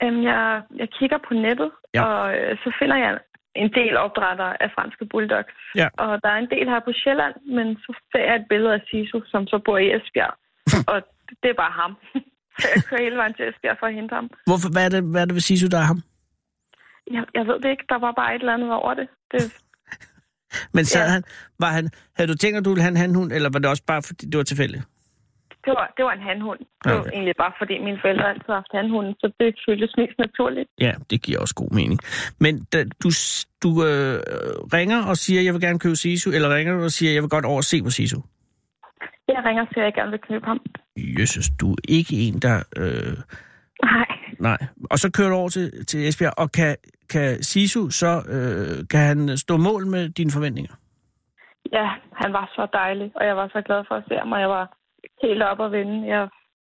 Speaker 8: øhm, jeg, jeg kigger på nettet,
Speaker 5: Ja.
Speaker 8: ja. og øh, så finder jeg en del opdrætter af franske bulldogs.
Speaker 5: Ja.
Speaker 8: Og der er en del her på Sjælland, men så ser jeg et billede af Sisu, som så bor i Esbjerg. og det er bare ham. så jeg kører hele vejen til Esbjerg for at hente ham.
Speaker 5: Hvorfor, hvad er det, hvad er det ved Sisu, der er ham?
Speaker 8: Jeg, jeg ved det ikke, der var bare et eller andet over det. det
Speaker 5: Men sad ja.
Speaker 8: Ja.
Speaker 5: han, var han, havde du tænkt, at du ville have en handhund, eller var det også bare, fordi det var tilfældigt?
Speaker 8: det, var, det var en handhund. Det var
Speaker 5: Okay.
Speaker 8: egentlig bare, fordi mine forældre altid har haft handhunden, så det føltes mest naturligt.
Speaker 5: Ja, det giver også god mening. Men da, du, s- du øh, ringer og siger, jeg vil gerne købe Sisu, eller ringer du og siger, jeg vil godt over og se på Sisu?
Speaker 8: Jeg ringer, så jeg gerne vil købe ham.
Speaker 5: Jesus, du er ikke en, der... Øh,
Speaker 8: Nej.
Speaker 5: Nej. Og så kører du over til, til Esbjerg, og kan, kan Sisu så, øh, kan han stå mål med dine forventninger?
Speaker 8: Ja, han var så dejlig, og jeg var så glad for at se ham, og jeg var helt op at vinde. Jeg,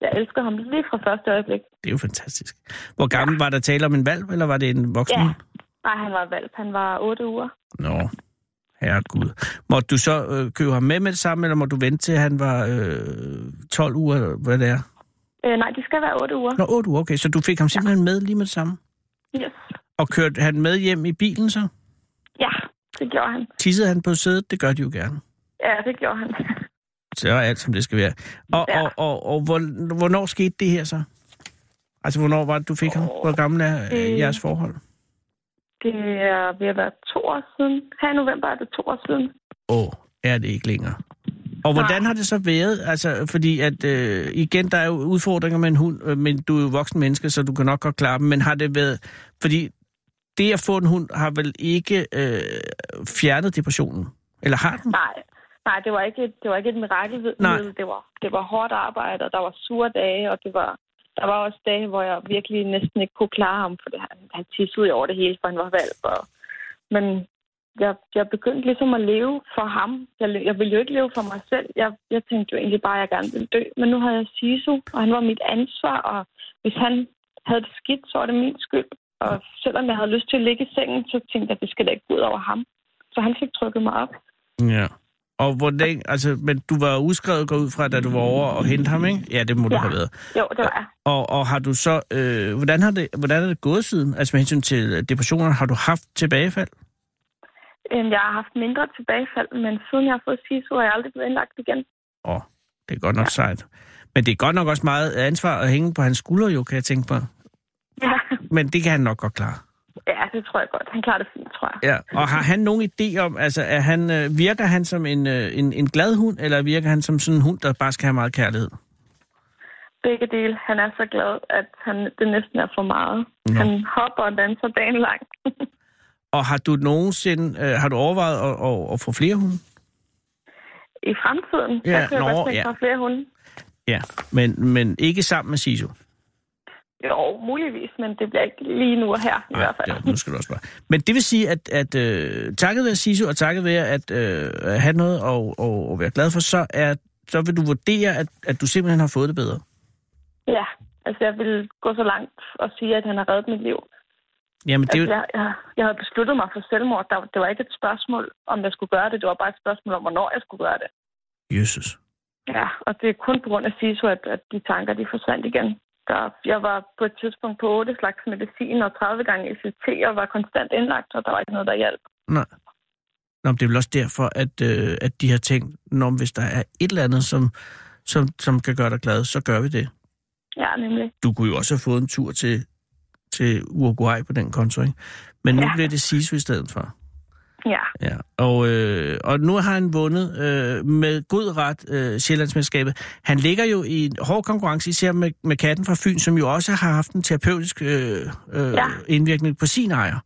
Speaker 8: jeg elsker ham lige fra første øjeblik.
Speaker 5: Det er jo fantastisk. Hvor gammel ja. var der tale om en valp, eller var det en voksen?
Speaker 8: Ja. Nej, han var valp. Han var otte uger.
Speaker 5: Nå, herregud. Måtte du så øh, købe ham med med det samme, eller må du vente til han var øh, 12 uger, eller hvad det er?
Speaker 8: Øh, nej, de skal være otte uger.
Speaker 5: Nå, 8 uger, okay. Så du fik ham simpelthen med lige med det samme?
Speaker 8: Yes.
Speaker 5: Og kørte han med hjem i bilen så?
Speaker 8: Ja, det gjorde han.
Speaker 5: Tissede han på sædet? Det gør de jo gerne.
Speaker 8: Ja, det gjorde han.
Speaker 5: Så er alt, som det skal være. Og, ja.
Speaker 8: Ja.
Speaker 5: og, og, og hvor, hvornår skete det her så? Altså, hvornår var det, du fik ham? Hvor gammel er øh,
Speaker 8: Øh.
Speaker 5: jeres forhold?
Speaker 8: Det er ved at være to år siden. Her i november er det to år siden.
Speaker 5: Åh, oh, er det ikke længere. Og hvordan har det så været? Altså, fordi at, øh, igen, der er jo udfordringer med en hund, øh, men du er jo voksen menneske, så du kan nok godt klare dem. Men har det været... Fordi det at få en hund har vel ikke øh, fjernet depressionen? Eller har den?
Speaker 8: Nej, nej, det var ikke et, det var ikke et mirakel.
Speaker 5: Nej.
Speaker 8: Det var, det var hårdt arbejde, og der var sure dage, og det var, der var også dage, hvor jeg virkelig næsten ikke kunne klare ham, for han, han tissede jo over det hele, for han var valg. Og, men jeg, jeg begyndte ligesom at leve for ham. Jeg, le- jeg ville jo ikke leve for mig selv. Jeg, jeg tænkte jo egentlig bare, at jeg gerne ville dø. Men nu havde jeg Siso, og han var mit ansvar, og hvis han havde det skidt, så var det min skyld. Og selvom jeg havde lyst til at ligge i sengen, så tænkte jeg, at det skal da ikke gå ud over ham. Så han fik trykket mig op.
Speaker 5: Ja. Og hvor længe, altså, men du var udskrevet, går ud fra, da du var over og hente ham, ikke? Ja, det må du
Speaker 8: Ja.
Speaker 5: have været.
Speaker 8: Jo, det var jeg.
Speaker 5: Og, og har du så, øh, hvordan, har det, hvordan er det gået siden? Altså med hensyn til øh, depressionerne, har du haft tilbagefald?
Speaker 8: Øhm, Jeg har haft mindre tilbagefald, men siden jeg har fået SISU, har jeg aldrig blevet indlagt igen.
Speaker 5: Åh, det er godt nok ja. sejt. Men det er godt nok også meget ansvar at hænge på hans skuldre, jo, kan jeg tænke på.
Speaker 8: Ja.
Speaker 5: Men det kan han nok godt klare.
Speaker 8: ja, det tror jeg godt. Han klarer det fint, tror jeg.
Speaker 5: Ja. Og har han nogen idé om, altså er han, øh, virker han som en, øh, en, en glad hund, eller virker han som sådan en hund, der bare skal have meget kærlighed?
Speaker 8: Begge dele. Han er så glad, at han, det næsten er for meget.
Speaker 5: Nå.
Speaker 8: Han hopper og danser dagen lang.
Speaker 5: Og har du nogensinde, øh, har du overvejet at, at, at få flere hunde?
Speaker 8: I fremtiden,
Speaker 5: Ja,
Speaker 8: der kan
Speaker 5: nå,
Speaker 8: jeg godt tænke
Speaker 5: ja.
Speaker 8: mig flere hunde.
Speaker 5: Ja, men, men ikke sammen med Siso.
Speaker 8: Jo, muligvis, men det bliver ikke lige nu og her i hvert fald.
Speaker 5: Ja, nu skal du også bare. Men det vil sige, at, at øh, takket være Sisu og takket være at øh, at have noget og, og, og være glad for, så, er, så vil du vurdere, at, at du simpelthen har fået det bedre.
Speaker 8: Ja, altså jeg vil gå så langt og sige, at han har reddet mit liv.
Speaker 5: Jamen, det, er jo-
Speaker 8: Altså, jeg, jeg, jeg havde besluttet mig for selvmord. Der, det var ikke et spørgsmål, om jeg skulle gøre det. Det var bare et spørgsmål om, hvornår jeg skulle gøre det.
Speaker 5: Jesus.
Speaker 8: Ja, og det er kun på grund af SISO, at, at de tanker de forsvandt igen. Der, jeg var på et tidspunkt på 8 slags medicin og 30 gange ECT og var konstant indlagt, og der var ikke noget, der hjalp.
Speaker 5: Nej. Nå, men det er vel også derfor, at, øh, at de har tænkt, Nå, men hvis der er et eller andet, som, som, som kan gøre dig glad, så gør vi det.
Speaker 8: Ja, nemlig.
Speaker 5: Du kunne jo også have fået en tur til, til Uruguay på den konto, ikke? Men nu ja.
Speaker 8: Ja.
Speaker 5: bliver det Sisu i stedet for.
Speaker 8: Ja,
Speaker 5: Ja, og, øh, og nu har han vundet øh, med god ret øh, Sjællandsmesterskabet. Han ligger jo i en hård konkurrence, især med, med katten fra Fyn, som jo også har haft en terapeutisk øh, øh, ja.
Speaker 8: Ja.
Speaker 5: indvirkning på sin ejer.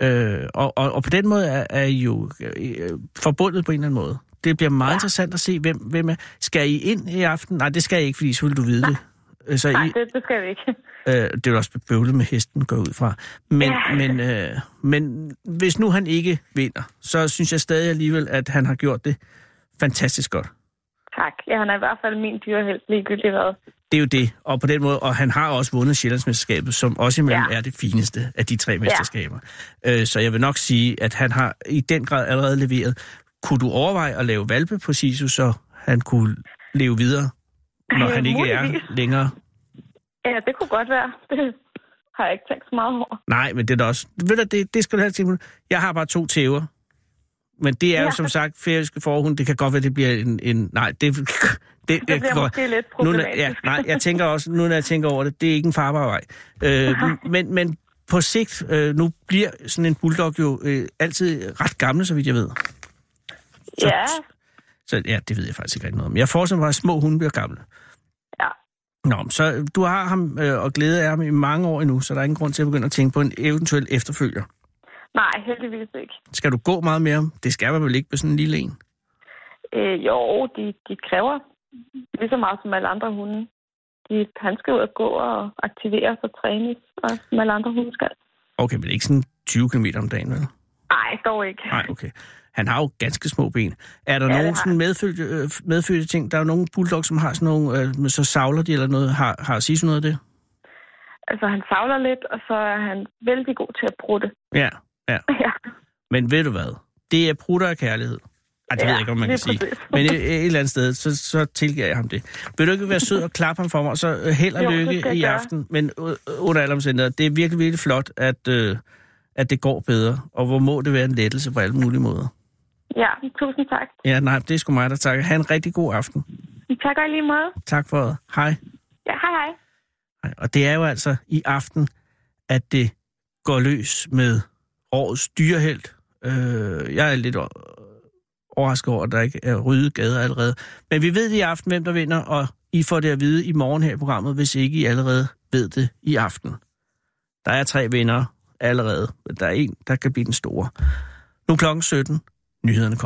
Speaker 5: Øh, og, og, og på den måde er, er I jo øh, forbundet på en eller anden måde. Det bliver meget ja. interessant at se, hvem, hvem er. Skal I ind i aften? Nej, det skal I ikke, fordi så vil du vide det. Øh, Så
Speaker 8: nej,
Speaker 5: I,
Speaker 8: det, det skal vi ikke.
Speaker 5: Øh, det er jo også bøvlet med hesten, går jeg ud fra. Men, ja.
Speaker 8: Ja.
Speaker 5: men, øh, men hvis nu han ikke vinder, så synes jeg stadig alligevel, at han har gjort det fantastisk godt.
Speaker 8: Tak. Ja, han er i hvert fald min dyrehelt, ligegyldigt hvad.
Speaker 5: Det er jo det, og på den måde, og han har også vundet Sjællandsmesterskabet, som også imellem ja.
Speaker 8: Ja.
Speaker 5: er det fineste af de tre mesterskaber. Øh, så jeg vil nok sige, at han har i den grad allerede leveret. Kunne du overveje at lave valpe på Sisu, så han kunne leve videre, når
Speaker 8: Ja,
Speaker 5: han ikke er
Speaker 8: muligvis.
Speaker 5: længere?
Speaker 8: Ja, det kunne godt være. Det har jeg ikke tænkt så meget over.
Speaker 5: Nej, men det er da også... Ved du, det, det skal du have til. Jeg har bare to tæver. Men det er ja. jo
Speaker 8: Ja.
Speaker 5: som sagt færøske forhund. Det kan godt være, det bliver en... en nej, det, det, det,
Speaker 8: Det bliver måske lidt
Speaker 5: nu, når-
Speaker 8: problematisk.
Speaker 5: ja, nej, jeg tænker også, nu når jeg tænker over det, det er ikke en farbar vej. Øh, men, men på sigt, øh, nu bliver sådan en bulldog jo øh, altid ret gammel, så vidt jeg ved.
Speaker 8: ja,
Speaker 5: Så ja, det ved jeg faktisk ikke rigtig noget om. Jeg forestiller mig, bare, at små hunde bliver gamle.
Speaker 8: Ja.
Speaker 5: Nå, men så øh, du har ham øh, og glæde af ham i mange år endnu, så der er ingen grund til at begynde at tænke på en eventuel efterfølger.
Speaker 8: nej, heldigvis ikke.
Speaker 5: Skal du gå meget mere? Det skal man vel ikke med sådan en lille en?
Speaker 8: Øh, jo, de, de kræver lige så meget som alle andre hunde. De, han skal ud og gå og aktiveres og trænes, og som alle andre hunde skal.
Speaker 5: Okay, men ikke sådan 20 km om dagen, vel?
Speaker 8: Nej, dog ikke.
Speaker 5: Nej, okay. Han har jo ganske små ben. Er der
Speaker 8: det
Speaker 5: ja, nogen
Speaker 8: har
Speaker 5: sådan medfødte, øh, medfødte ting? Der er jo nogle bulldog, som har sådan nogle, øh, men så savler de eller noget. Har, har Sisu noget af det?
Speaker 8: Altså, han savler lidt, og så er han vældig god til at brutte.
Speaker 5: Ja,
Speaker 8: ja,
Speaker 5: men ved du hvad? Det er prutter af kærlighed. Ej, det ja, ved
Speaker 8: Ja,
Speaker 5: jeg ikke, om man kan sige.
Speaker 8: lige præcis.
Speaker 5: Men et, et eller andet sted, så, så tilgiver jeg ham det. Vil du ikke være sød og klappe ham for mig, så øh, held og
Speaker 8: Jo, det skal
Speaker 5: lykke
Speaker 8: jeg
Speaker 5: i
Speaker 8: gøre.
Speaker 5: aften. Men øh, under alle omstændigheder, det er virkelig, virkelig flot, at, øh, at det går bedre. Og hvor må det være en lettelse på alle mulige måder.
Speaker 8: ja, tusind tak.
Speaker 5: Ja, nej, det er sgu mig, der takker. Ha' en rigtig god aften.
Speaker 8: Tak og i lige måde.
Speaker 5: Tak for det. Hej.
Speaker 8: Ja, hej hej.
Speaker 5: Hej. Og det er jo altså i aften, at det går løs med årets dyrehelt. Øh, jeg er lidt o- overrasket over, at der ikke er ryddet gader allerede. Men vi ved i aften, hvem der vinder, og I får det at vide i morgen her i programmet, hvis ikke I allerede ved det i aften. Der er tre vinder allerede, men der er en, der kan blive den store. Nu er klokken 17. Nyhederne kommer.